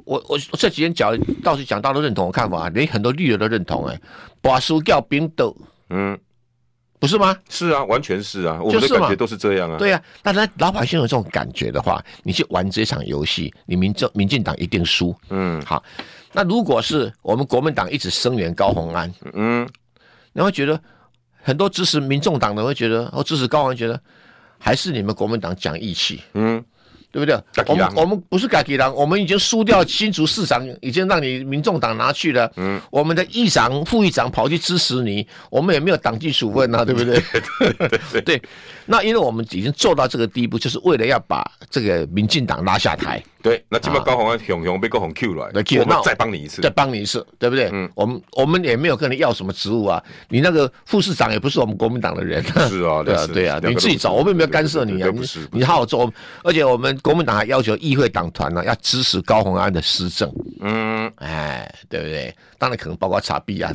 [SPEAKER 2] 我我我这几天讲倒是讲大家都认同我看法，啊连很多绿人都认同、哎，把输掉冰斗，
[SPEAKER 1] 嗯，
[SPEAKER 2] 不是吗？
[SPEAKER 1] 是啊，完全是啊，我们
[SPEAKER 2] 就
[SPEAKER 1] 的
[SPEAKER 2] 是嘛
[SPEAKER 1] 感觉都是这样啊。
[SPEAKER 2] 对呀、啊，但是老百姓有这种感觉的话，你去玩这场游戏，你民政民进党一定输。
[SPEAKER 1] 嗯
[SPEAKER 2] 好，那如果是我们国民党一直声援高鸿安，
[SPEAKER 1] 嗯，
[SPEAKER 2] 你会觉得很多支持哦民众党的会觉得，或支持高鸿安觉得，还是你们国民党讲义气，
[SPEAKER 1] 嗯，
[SPEAKER 2] 对不对？
[SPEAKER 1] 自己
[SPEAKER 2] 我们
[SPEAKER 1] 人
[SPEAKER 2] 我们不是嘎吉郎，我们已经输掉新竹市长，已经让你民众党拿去了。嗯，我们的议长、副议长跑去支持你，我们也没有党纪处分 啊，对不对？ 对那因为我们已经做到这个地步，就是为了要把这个民进党拉下台，
[SPEAKER 1] 对，那今麦高红安熊熊被高红 Q 来，
[SPEAKER 2] 来 cue，
[SPEAKER 1] 我
[SPEAKER 2] 啊那
[SPEAKER 1] 们
[SPEAKER 2] 我
[SPEAKER 1] 再帮你一次
[SPEAKER 2] 再。帮你一次，对不对？嗯，我们我们也没有跟你要什么职务啊，你那个副市长也不是我们国民党的人。
[SPEAKER 1] 是啊
[SPEAKER 2] 对啊
[SPEAKER 1] 是，
[SPEAKER 2] 对啊，
[SPEAKER 1] 两个都
[SPEAKER 2] 你
[SPEAKER 1] 不
[SPEAKER 2] 自己
[SPEAKER 1] 是
[SPEAKER 2] 找，我们也没有干涉你啊
[SPEAKER 1] 对对对对。不是
[SPEAKER 2] 你
[SPEAKER 1] 不是
[SPEAKER 2] 你好好做，而且我们国民党还要求议会党团呢、要支持高鸿安的施政，
[SPEAKER 1] 嗯，
[SPEAKER 2] 哎，对不对？当然可能包括查 弊案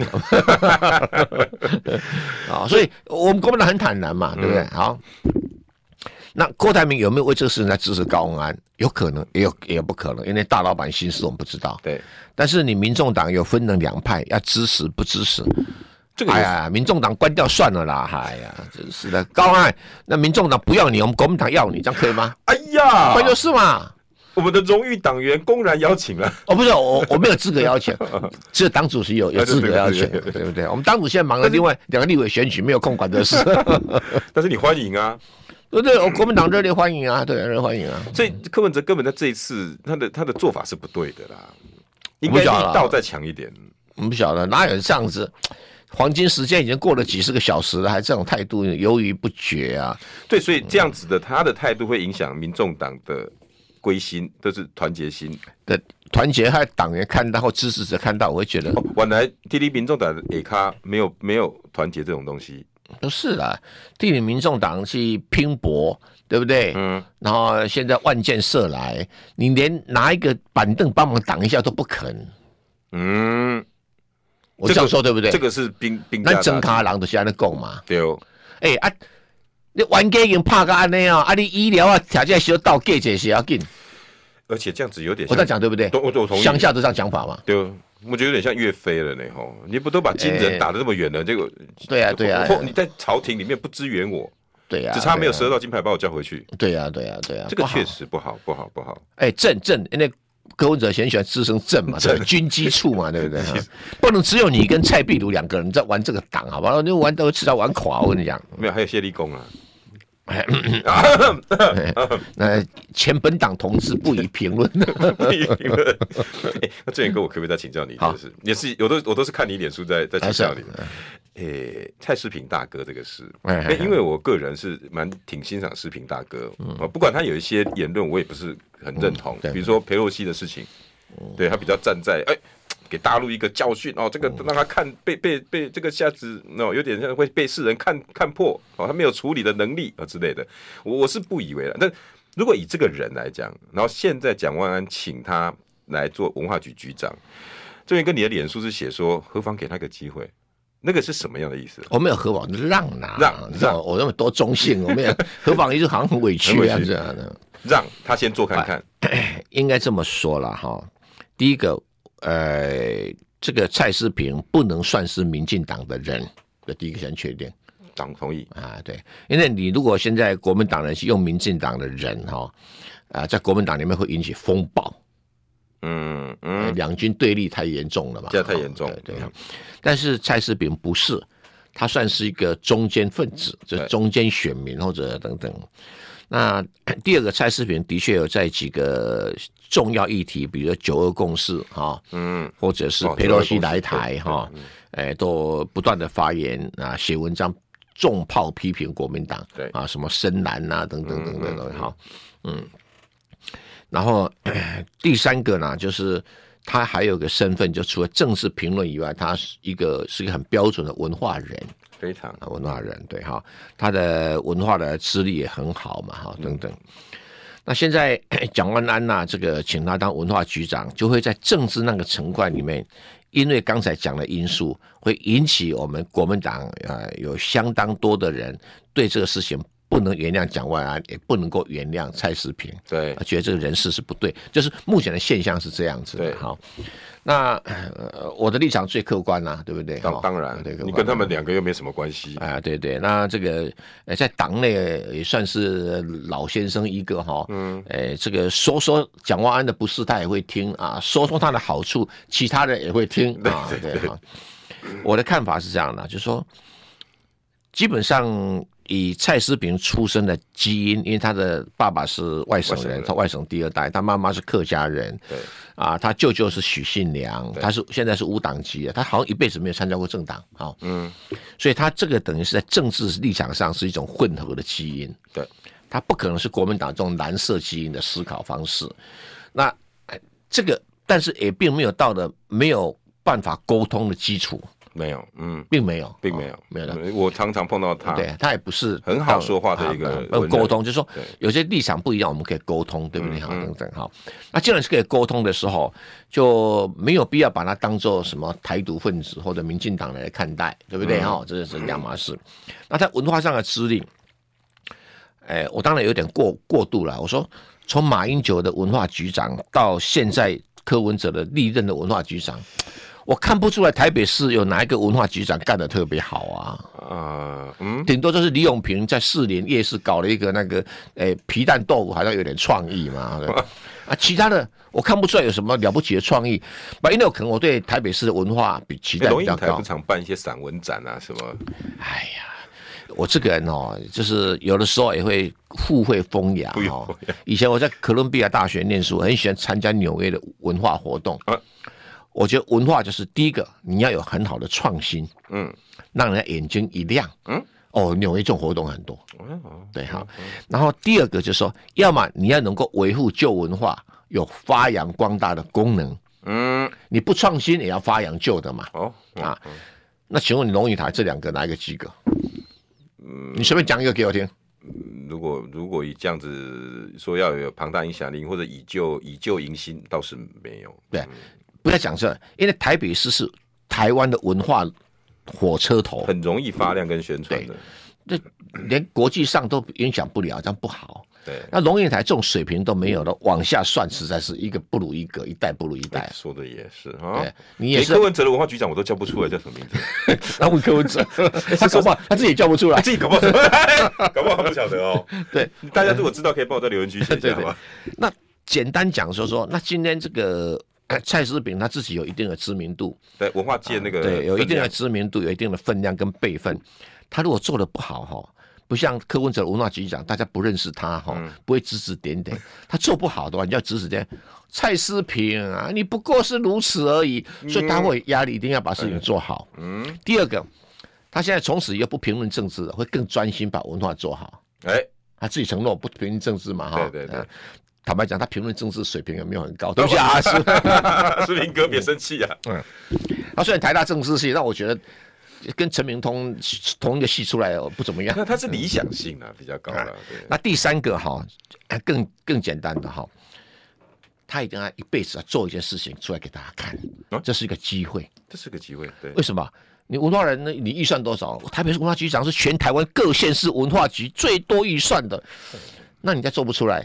[SPEAKER 2] 啊，所以我们国民党很坦然
[SPEAKER 1] 嗯
[SPEAKER 2] 嘛，对不对？好。那郭台铭有没有为这个事情来支持高鸿安？有可能，也有也有不可能，因为大老板心思我们不知道。
[SPEAKER 1] 对，
[SPEAKER 2] 但是你民众党有分成两派，要支持不支持？
[SPEAKER 1] 这个
[SPEAKER 2] 哎
[SPEAKER 1] 也是
[SPEAKER 2] 呀，民众党关掉算了啦！哎呀，真是的，高安，那民众党不要你，我们国民党要你，这样可以吗？
[SPEAKER 1] 哎呀
[SPEAKER 2] 不，就是嘛？
[SPEAKER 1] 我们的荣誉党员公然邀请了，
[SPEAKER 2] 哦，不是，我我没有资格要求，只有党主席有有资格要求，
[SPEAKER 1] 对对对
[SPEAKER 2] 对不对？我们党主席现在忙了另外两个立委选举，没有空管 这事，
[SPEAKER 1] 但是你欢迎啊。
[SPEAKER 2] 对不对？我国民党热烈欢迎啊，对，热烈欢迎啊！
[SPEAKER 1] 所以柯文哲根本在这一次他的他的做法是不对的啦，应该
[SPEAKER 2] 不
[SPEAKER 1] 力
[SPEAKER 2] 晓得啦啊
[SPEAKER 1] 道再强一点。
[SPEAKER 2] 我们不晓得哪有这样子，黄金时间已经过了几十个小时了，还这种态度犹豫不决啊！
[SPEAKER 1] 对，所以这样子的他的态度会影响民众党的归心，就是团结心。
[SPEAKER 2] 的团结和党员看到或支持者看到，我会觉得
[SPEAKER 1] 哦，原来滴滴民众党的 A 咖没有没有团结这种东西。
[SPEAKER 2] 不是啦，地理民众党去拼搏，对不对？
[SPEAKER 1] 嗯，
[SPEAKER 2] 然后现在万箭射来，你连拿一个板凳帮忙挡一下都不肯，
[SPEAKER 1] 嗯，
[SPEAKER 2] 我
[SPEAKER 1] 这个
[SPEAKER 2] 这样说对不对？
[SPEAKER 1] 这个是兵兵家
[SPEAKER 2] 咱
[SPEAKER 1] 大忌
[SPEAKER 2] 整卡人就是安尼讲嘛，
[SPEAKER 1] 对哦，
[SPEAKER 2] 哎、啊，你冤家已经拍到安尼啊，啊你医疗啊，条件小倒计者是要紧，
[SPEAKER 1] 而且这样子有点
[SPEAKER 2] 我
[SPEAKER 1] 像
[SPEAKER 2] 这样，讲对不对？
[SPEAKER 1] 都我我同意。
[SPEAKER 2] 乡下都这样讲法嘛，
[SPEAKER 1] 对哦，我觉得有点像岳飞了呢吼，你不都把金
[SPEAKER 2] 哎
[SPEAKER 1] 人打得这么远了，结果
[SPEAKER 2] 对啊对啊
[SPEAKER 1] 或或你在朝廷里面不支援我，
[SPEAKER 2] 对呀、啊，
[SPEAKER 1] 只差没有
[SPEAKER 2] 对啊
[SPEAKER 1] 折到金牌把我叫回去，
[SPEAKER 2] 对呀、啊、对呀、啊、对呀、啊，
[SPEAKER 1] 这个
[SPEAKER 2] 不好
[SPEAKER 1] 确实不好，不好，不好。
[SPEAKER 2] 哎，正正，那柯文哲很喜欢滋生正嘛，对吧军机处嘛，对不对？不能只有你跟蔡壁如两个人在玩这个党，好不好？你玩都迟早玩垮，我跟你讲。哎
[SPEAKER 1] 没有，还有谢立功啊，
[SPEAKER 2] 那前本党同志不予 评论。
[SPEAKER 1] 哎那志远哥，我可不可以再请教你一件事？也是，我都我都是看你脸书在在请教你。诶、蔡世平大哥这个事，
[SPEAKER 2] 哎哎哎
[SPEAKER 1] 哎，因为我个人是蛮挺欣赏世平大哥，啊，不管他有一些言论，我也不是很认同，
[SPEAKER 2] 嗯对嗯
[SPEAKER 1] 比如说裴洛西的事情，对他比较站在哎。给大陆一个教训哦，这
[SPEAKER 2] 嗯
[SPEAKER 1] 个让他看被被被这个下子哦，有点像会被世人看看破哦，他没有处理的能力啊、之类的，我我是不以为然。但如果以这个人来讲，然后现在蒋万安请他来做文化局局长，这边跟你的脸书是写说，何妨给他个机会，那个是什么样的意思？
[SPEAKER 2] 我没有何妨让拿，
[SPEAKER 1] 让
[SPEAKER 2] 你知道吗我那么多中性，我没 有何妨，一直好像很委屈啊
[SPEAKER 1] 很委屈
[SPEAKER 2] 这样的。
[SPEAKER 1] 让他先做
[SPEAKER 2] 哎
[SPEAKER 1] 看看，
[SPEAKER 2] 应该这么说了哈。第一个，呃，这个蔡世平不能算是民进党的人，这第一个先确定。
[SPEAKER 1] 党同意，
[SPEAKER 2] 啊，对，因为你如果现在国民党人是用民进党的人哈、哦，啊，在国民党里面会引起风暴，哎
[SPEAKER 1] 嗯嗯，
[SPEAKER 2] 两军对立太严重了嘛，
[SPEAKER 1] 这样太严重嗯
[SPEAKER 2] 对对。但是蔡世平不是，他算是一个中间分子，就是
[SPEAKER 1] 对
[SPEAKER 2] 中间选民或者等等。那第二个，蔡世平的确有在几个重要议题，比如说九二共识哈、
[SPEAKER 1] 嗯，
[SPEAKER 2] 或者是
[SPEAKER 1] 哦
[SPEAKER 2] 佩洛西
[SPEAKER 1] 这个东西
[SPEAKER 2] 来台
[SPEAKER 1] 对嗯
[SPEAKER 2] 哈，哎，都不断的发言啊，写文章重炮批评国民党，
[SPEAKER 1] 对
[SPEAKER 2] 啊，什么深蓝啊等等等等等哈，嗯，然后 第三个呢，就是他还有个身份，就除了政治评论以外，他是一个是一个很标准的文化人，
[SPEAKER 1] 非常
[SPEAKER 2] 啊，文化人对哈，他的文化的资历也很好嘛
[SPEAKER 1] 嗯
[SPEAKER 2] 哈，等等。那现在 蒋万安呐、这个请他当文化局长，就会在政治那个层块里面，因为刚才讲的因素，会引起我们国民党呃有相当多的人对这个事情不能原谅蒋万安，也不能够原谅蔡世平。
[SPEAKER 1] 对
[SPEAKER 2] 啊，觉得这个人事是不对，就是目前的现象是这样子的。
[SPEAKER 1] 对
[SPEAKER 2] 好，那、呃、我的立场最客观啦、啊对不对？
[SPEAKER 1] 当
[SPEAKER 2] 哈
[SPEAKER 1] 当然
[SPEAKER 2] 对，客
[SPEAKER 1] 你
[SPEAKER 2] 观
[SPEAKER 1] 跟他们两个又没什么关系，
[SPEAKER 2] 啊，对对，那这个呃，在党内也算是老先生一个哈，嗯，呃，这个说说蒋万安的不是他也会听啊，说说他的好处，其他的也会听啊，对哈。我的看法是这样的，就是说，基本上以蔡思平出生的基因，因为他的爸爸是外省
[SPEAKER 1] 外省
[SPEAKER 2] 人，
[SPEAKER 1] 人
[SPEAKER 2] 他外省第二代，他妈妈是客家人，
[SPEAKER 1] 对
[SPEAKER 2] 啊，他舅舅是许信良，
[SPEAKER 1] 对
[SPEAKER 2] 他是现在是无党籍的，啊他好像一辈子没有参加过政党啊，嗯，所以他这个等于是在政治立场上是一种混合的基因，
[SPEAKER 1] 对，
[SPEAKER 2] 他不可能是国民党这种蓝色基因的思考方式，那哎这个但是也并没有到了没有办法沟通的基础，
[SPEAKER 1] 没有，嗯，
[SPEAKER 2] 并没有，
[SPEAKER 1] 并没
[SPEAKER 2] 哦
[SPEAKER 1] 有，嗯
[SPEAKER 2] 没有的。
[SPEAKER 1] 我常常碰到他，
[SPEAKER 2] 对他也不是
[SPEAKER 1] 很好说话的一个
[SPEAKER 2] 啊
[SPEAKER 1] 文
[SPEAKER 2] 呃
[SPEAKER 1] 人
[SPEAKER 2] 沟通，就是说
[SPEAKER 1] 对嗯
[SPEAKER 2] 有些立场不一样，我们可以沟通，对不对？好，等等哈。那既然是可以沟通的时候，就没有必要把它当做什么台独分子或者民进党来看待，对不
[SPEAKER 1] 嗯
[SPEAKER 2] 对？哈，这是两码事。那在文化上的资历，哎，我当然有点过过度了。我说，从马英九的文化局长到现在柯文哲的历任的文化局长。我看不出来台北市有哪一个文化局长干得特别好啊！
[SPEAKER 1] 啊，嗯，
[SPEAKER 2] 顶多就是李永平在士林夜市搞了一个那个诶、皮蛋豆腐，好像有点创意 嘛。对啊，其他的我看不出来有什么了不起的创意，吧？因为我可能我对台北市的文化比期待
[SPEAKER 1] 哎龙
[SPEAKER 2] 比
[SPEAKER 1] 应
[SPEAKER 2] 较
[SPEAKER 1] 台
[SPEAKER 2] 高
[SPEAKER 1] 不。常办一些散文展啊，什么，
[SPEAKER 2] 哎呀，我这个人哦，就是有的时候也会互惠风雅
[SPEAKER 1] 互惠
[SPEAKER 2] 哦
[SPEAKER 1] 风。
[SPEAKER 2] 以前我在哥伦比亚大学念书，很喜欢参加纽约的文化活动
[SPEAKER 1] 啊。
[SPEAKER 2] 我觉得文化就是第一个，你要有很好的创新，
[SPEAKER 1] 嗯，
[SPEAKER 2] 让人家眼睛一亮。
[SPEAKER 1] 嗯，
[SPEAKER 2] 哦，纽约这种活动很多。
[SPEAKER 1] 哦
[SPEAKER 2] 对哈。然后第二个就是说，要么你要能够维护旧文化，有发扬光大的功能，
[SPEAKER 1] 嗯，
[SPEAKER 2] 你不创新也要发扬旧的嘛。
[SPEAKER 1] 哦，
[SPEAKER 2] 啊，那请问你龙与台这两个哪一个及格？
[SPEAKER 1] 嗯
[SPEAKER 2] 你随便讲一个给我听。
[SPEAKER 1] 如果如果以这样子说要有庞大影响力，或者以旧以旧迎新，倒是没有。
[SPEAKER 2] 对，不要讲这，因为台北市是台湾的文化火车头，
[SPEAKER 1] 很容易发亮跟宣传的。
[SPEAKER 2] 这连国际上都影响不了，这样不好。
[SPEAKER 1] 对，
[SPEAKER 2] 那龙应台这种水平都没有了，往下算实在是一个不如一个，一代不如一代。
[SPEAKER 1] 哎说的也是啊
[SPEAKER 2] 哎对。，你也
[SPEAKER 1] 连
[SPEAKER 2] 是
[SPEAKER 1] 柯文哲的文化局长我都叫不出来叫什么名字，
[SPEAKER 2] 那问柯文 哲，他搞不好他自己也叫不出来
[SPEAKER 1] 他。自己搞不好，哎搞不好他不晓得哦。
[SPEAKER 2] 对，
[SPEAKER 1] 大家如果知道，可以帮我在留言区写一下吗？
[SPEAKER 2] 那简单讲说说，那今天这个呃蔡思炳他自己有一定的知名度，
[SPEAKER 1] 对，文化界那个
[SPEAKER 2] 啊对，有一
[SPEAKER 1] 分
[SPEAKER 2] 定的
[SPEAKER 1] 量
[SPEAKER 2] 知名度，有一定的分量跟辈分。他如果做的不好哈，不像柯文哲、文化局长，大家不认识他哈，
[SPEAKER 1] 嗯
[SPEAKER 2] 不会指指点点。他做不好的话，你要指指点。蔡思平啊，你不过是如此而已，所以他会有压力，一定要把事情做好。
[SPEAKER 1] 嗯，
[SPEAKER 2] 第二个，他现在从此以后不评论政治了，会更专心把文化做好。
[SPEAKER 1] 哎，
[SPEAKER 2] 他自己承诺不评论政治嘛，哈。
[SPEAKER 1] 对对对
[SPEAKER 2] 啊坦白讲，他评论政治水平也没有很高，对不起啊，是。
[SPEAKER 1] 哎 是林哥别生气啊。
[SPEAKER 2] 嗯 他虽然台大政治系，但我觉得跟陈明通同一个系出来哦，不 怎么样。
[SPEAKER 1] 那他是理想性啊比较高了，对，
[SPEAKER 2] 那第三个哈，哎更更简单的哈，他一定要一辈子要做一件事情出来给大家看
[SPEAKER 1] 啊，
[SPEAKER 2] 这是一个机会。
[SPEAKER 1] 这是个机会，对
[SPEAKER 2] 为，什么？你文化人呢？你预算多少？台北市文化局长是全台湾各县市文化局最多预算的，那你再做不出来，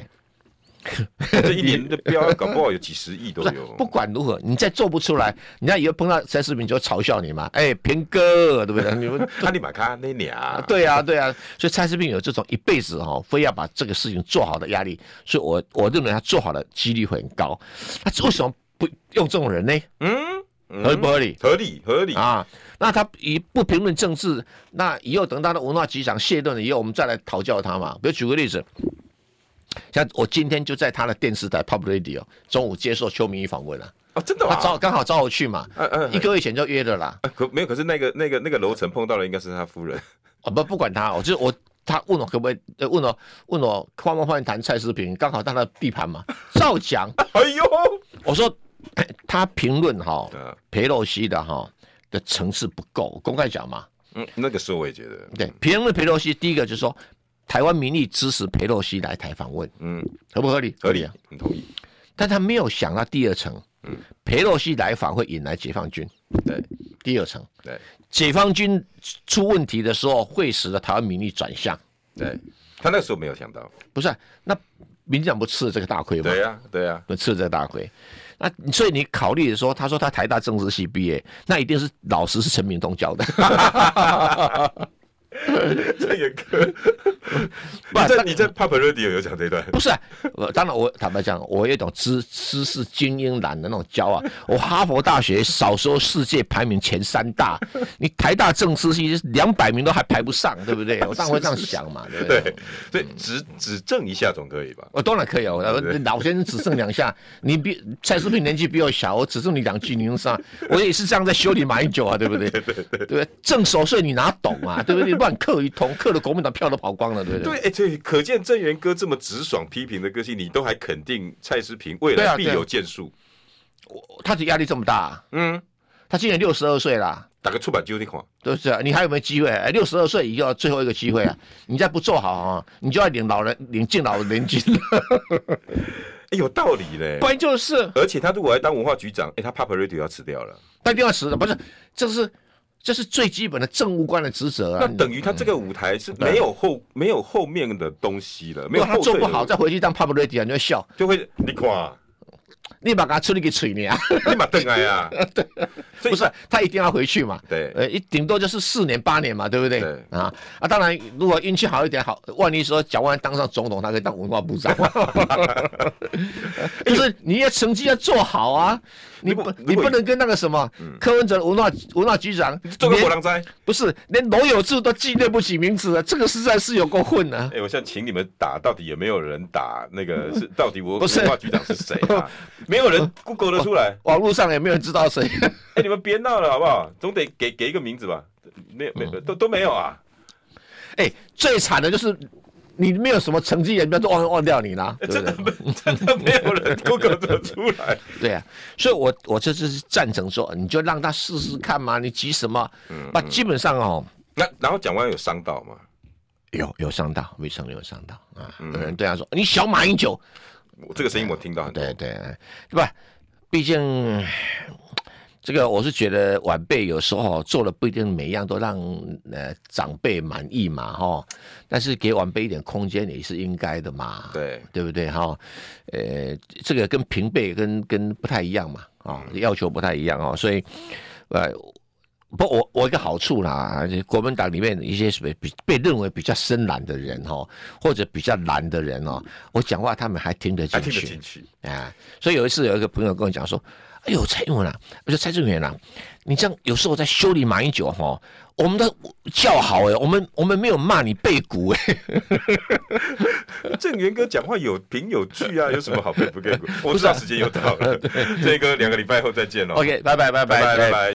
[SPEAKER 1] 这一年的标搞不好有几十亿都
[SPEAKER 2] 不是
[SPEAKER 1] 有，
[SPEAKER 2] 不管如何，你再做不出来，人家以后碰到陈世明就嘲笑你嘛。哎、平哥，对不对？你们
[SPEAKER 1] 他立马看那俩，
[SPEAKER 2] 对呀、对呀、所以蔡司病有这种一辈子哈、哦，非要把这个事情做好的压力，所以我我认为他做好的几率会很高。他为什么不用这种人呢？
[SPEAKER 1] 嗯，嗯
[SPEAKER 2] 合不合理？
[SPEAKER 1] 合理合理，
[SPEAKER 2] 啊，那他以不评论政治，那以后等他的文化局长卸任了以后，我们再来讨教他嘛。比如举个例子，像我今天就在他的电视台 Pop Radio 中午接受邱明义访问了、
[SPEAKER 1] 哦，真的
[SPEAKER 2] 他
[SPEAKER 1] 啊
[SPEAKER 2] 找，刚好找我去嘛，
[SPEAKER 1] 嗯嗯
[SPEAKER 2] 一个月前就约了啦。
[SPEAKER 1] 啊可没有，可是那个那个那个楼层碰到的应该是他夫人，
[SPEAKER 2] 哦，不不管他，我就是我，他问我可不可以，呃问我问我换不换谈蔡思平，刚好到他的地盘嘛，照讲。
[SPEAKER 1] 哎呦，
[SPEAKER 2] 我说他评论哈
[SPEAKER 1] 啊，
[SPEAKER 2] 裴洛西的哈的层次不够，公开讲嘛。
[SPEAKER 1] 嗯，那个时候我也觉得，
[SPEAKER 2] 对，评论裴洛西，第一个就是说，台湾民意支持裴洛西来台访问，
[SPEAKER 1] 嗯，
[SPEAKER 2] 合不合理？
[SPEAKER 1] 合理啊，，嗯很同意，
[SPEAKER 2] 但他没有想到第二层，裴洛西来访会引来解放军，
[SPEAKER 1] 对
[SPEAKER 2] 第二层，
[SPEAKER 1] 对
[SPEAKER 2] 解放军出问题的时候，会使得台湾民意转向，
[SPEAKER 1] 对，他那个时候没有想到，
[SPEAKER 2] 不是啊、那民进党不吃了这个大亏吗？
[SPEAKER 1] 对呀对 呀，
[SPEAKER 2] 不吃这大亏。那你所以你考虑的说，他说他台大政治系毕业，那一定是老师是陈明通教的，
[SPEAKER 1] 这也 可。你在你在 Papa Radio 有讲这一段，
[SPEAKER 2] 不是、啊，我当然我坦白讲，我有一种知知识精英懒的那种骄傲。我哈佛大学少说世界排名前三大，你台大政治系两百名都还排不上，对不对？我当然会这样想嘛，对不对？
[SPEAKER 1] 对，所
[SPEAKER 2] 嗯
[SPEAKER 1] 以指指正一下总可以吧？
[SPEAKER 2] 我当然可以哦，我
[SPEAKER 1] 对
[SPEAKER 2] 老先生只剩两 下，你比蔡淑萍年纪比我小，我只剩你两句，你用上，我也是这样在修理马英九啊，对不 对？对对对对，正所税你哪懂啊， 对不对？乱刻一通，刻的国民党票都跑光了，对不对？
[SPEAKER 1] 对，哎，对，可见郑源哥这么直爽批评的个性，你都还肯定蔡诗平未
[SPEAKER 2] 对啊
[SPEAKER 1] 来必
[SPEAKER 2] 对啊
[SPEAKER 1] 有建树。
[SPEAKER 2] 我他的压力这么大，啊
[SPEAKER 1] 嗯，
[SPEAKER 2] 他今年六十二岁啦。
[SPEAKER 1] 打个出版就你看，
[SPEAKER 2] 对不对？你还有没有机会？哎，六十二岁以后最后一个机 会啊！你再不做好啊，你就要领老人领敬老年 金了。
[SPEAKER 1] 哎，有道理嘞
[SPEAKER 2] 不。然 就是
[SPEAKER 1] 而且他如果来当文化局长，哎，他 Papa Radio 要辞掉了，
[SPEAKER 2] 他一定要辞的，不是？这是这是最基本的政务官的职责
[SPEAKER 1] 那
[SPEAKER 2] 啊！
[SPEAKER 1] 等于他这个舞台是没有后没有后面的东西了，没
[SPEAKER 2] 如
[SPEAKER 1] 有
[SPEAKER 2] 果他
[SPEAKER 1] 后
[SPEAKER 2] 做
[SPEAKER 1] 退
[SPEAKER 2] 不
[SPEAKER 1] 的
[SPEAKER 2] 好，
[SPEAKER 1] 路，
[SPEAKER 2] 再回去当 p u b l i c 啊，你就笑，
[SPEAKER 1] 就会你看，
[SPEAKER 2] 立马给他出了一个嘴脸啊！
[SPEAKER 1] 立马瞪来 啊！所以
[SPEAKER 2] 不是，他一定要回去嘛？
[SPEAKER 1] 对
[SPEAKER 2] 呃，一顶多就是四年八年嘛，对不对？
[SPEAKER 1] 对
[SPEAKER 2] 啊啊！当然，如果运气好一点，好，万一说蒋万安当上总统，他可以当文化部 长。就是你要成绩要做好啊，你
[SPEAKER 1] 如
[SPEAKER 2] 不
[SPEAKER 1] 果
[SPEAKER 2] 你
[SPEAKER 1] 如果嗯
[SPEAKER 2] 不能跟那个什么柯文哲文化文化局长，
[SPEAKER 1] 做个
[SPEAKER 2] 连
[SPEAKER 1] 火狼灾。
[SPEAKER 2] 不是连罗有志都记得不起名字了，这个实在是有够混啊！
[SPEAKER 1] 哎、我现在请你们打，到底有没有人打那个是？到底我
[SPEAKER 2] 不是
[SPEAKER 1] 文化局长是谁啊？没有人 Google 得出来。
[SPEAKER 2] 网络上也没有人知道谁。
[SPEAKER 1] 哎、你们别闹了好不好？总得给给一个名字吧？没有没有都都没有啊！
[SPEAKER 2] 哎、最惨的就是你没有什么成绩，人家都忘忘掉你啦，
[SPEAKER 1] 哎
[SPEAKER 2] 对不
[SPEAKER 1] 真的？没
[SPEAKER 2] 对
[SPEAKER 1] 真的没有人 Google 得出来。
[SPEAKER 2] 对啊，所以我我这就是赞成说，你就让他试试看嘛，你急什么？
[SPEAKER 1] 嗯
[SPEAKER 2] 那基本上哦，
[SPEAKER 1] 那然后蒋万安有伤到吗？
[SPEAKER 2] 有有上当，魏成有上当啊，
[SPEAKER 1] 嗯
[SPEAKER 2] 有人对他说，你小马英九，
[SPEAKER 1] 我这个声音我听到很多
[SPEAKER 2] 对。对对吧？毕竟。这个我是觉得晚辈有时候做了不一定每一样都让呃长辈满意嘛哈，但是给晚辈一点空间也是应该的嘛。
[SPEAKER 1] 对
[SPEAKER 2] 对不对哈？呃，这个跟平辈跟跟不太一样嘛，啊、
[SPEAKER 1] 嗯
[SPEAKER 2] 要求不太一样哦，所以呃，不，我我一个好处啦，国民党里面一些什么比被认为比较深蓝的人哈、哦，或者比较蓝的人哦，我讲话他们还听得
[SPEAKER 1] 还
[SPEAKER 2] 进
[SPEAKER 1] 听得
[SPEAKER 2] 去
[SPEAKER 1] 进去，
[SPEAKER 2] 啊。所以有一次有一个朋友跟我讲说。哎呦，蔡英文啊，我说蔡正元啊，你这样有时候在修理马英九哈，我们都叫好哎、我们我们没有骂你背骨哎、
[SPEAKER 1] 郑源哥讲话有凭有据啊，有什么 好佩服佩服？我知道时间又到了，郑源哥两个礼拜后再见喽。哦
[SPEAKER 2] OK，拜拜拜
[SPEAKER 1] 啊
[SPEAKER 2] 哎
[SPEAKER 1] 拜拜拜
[SPEAKER 2] 拜
[SPEAKER 1] 拜。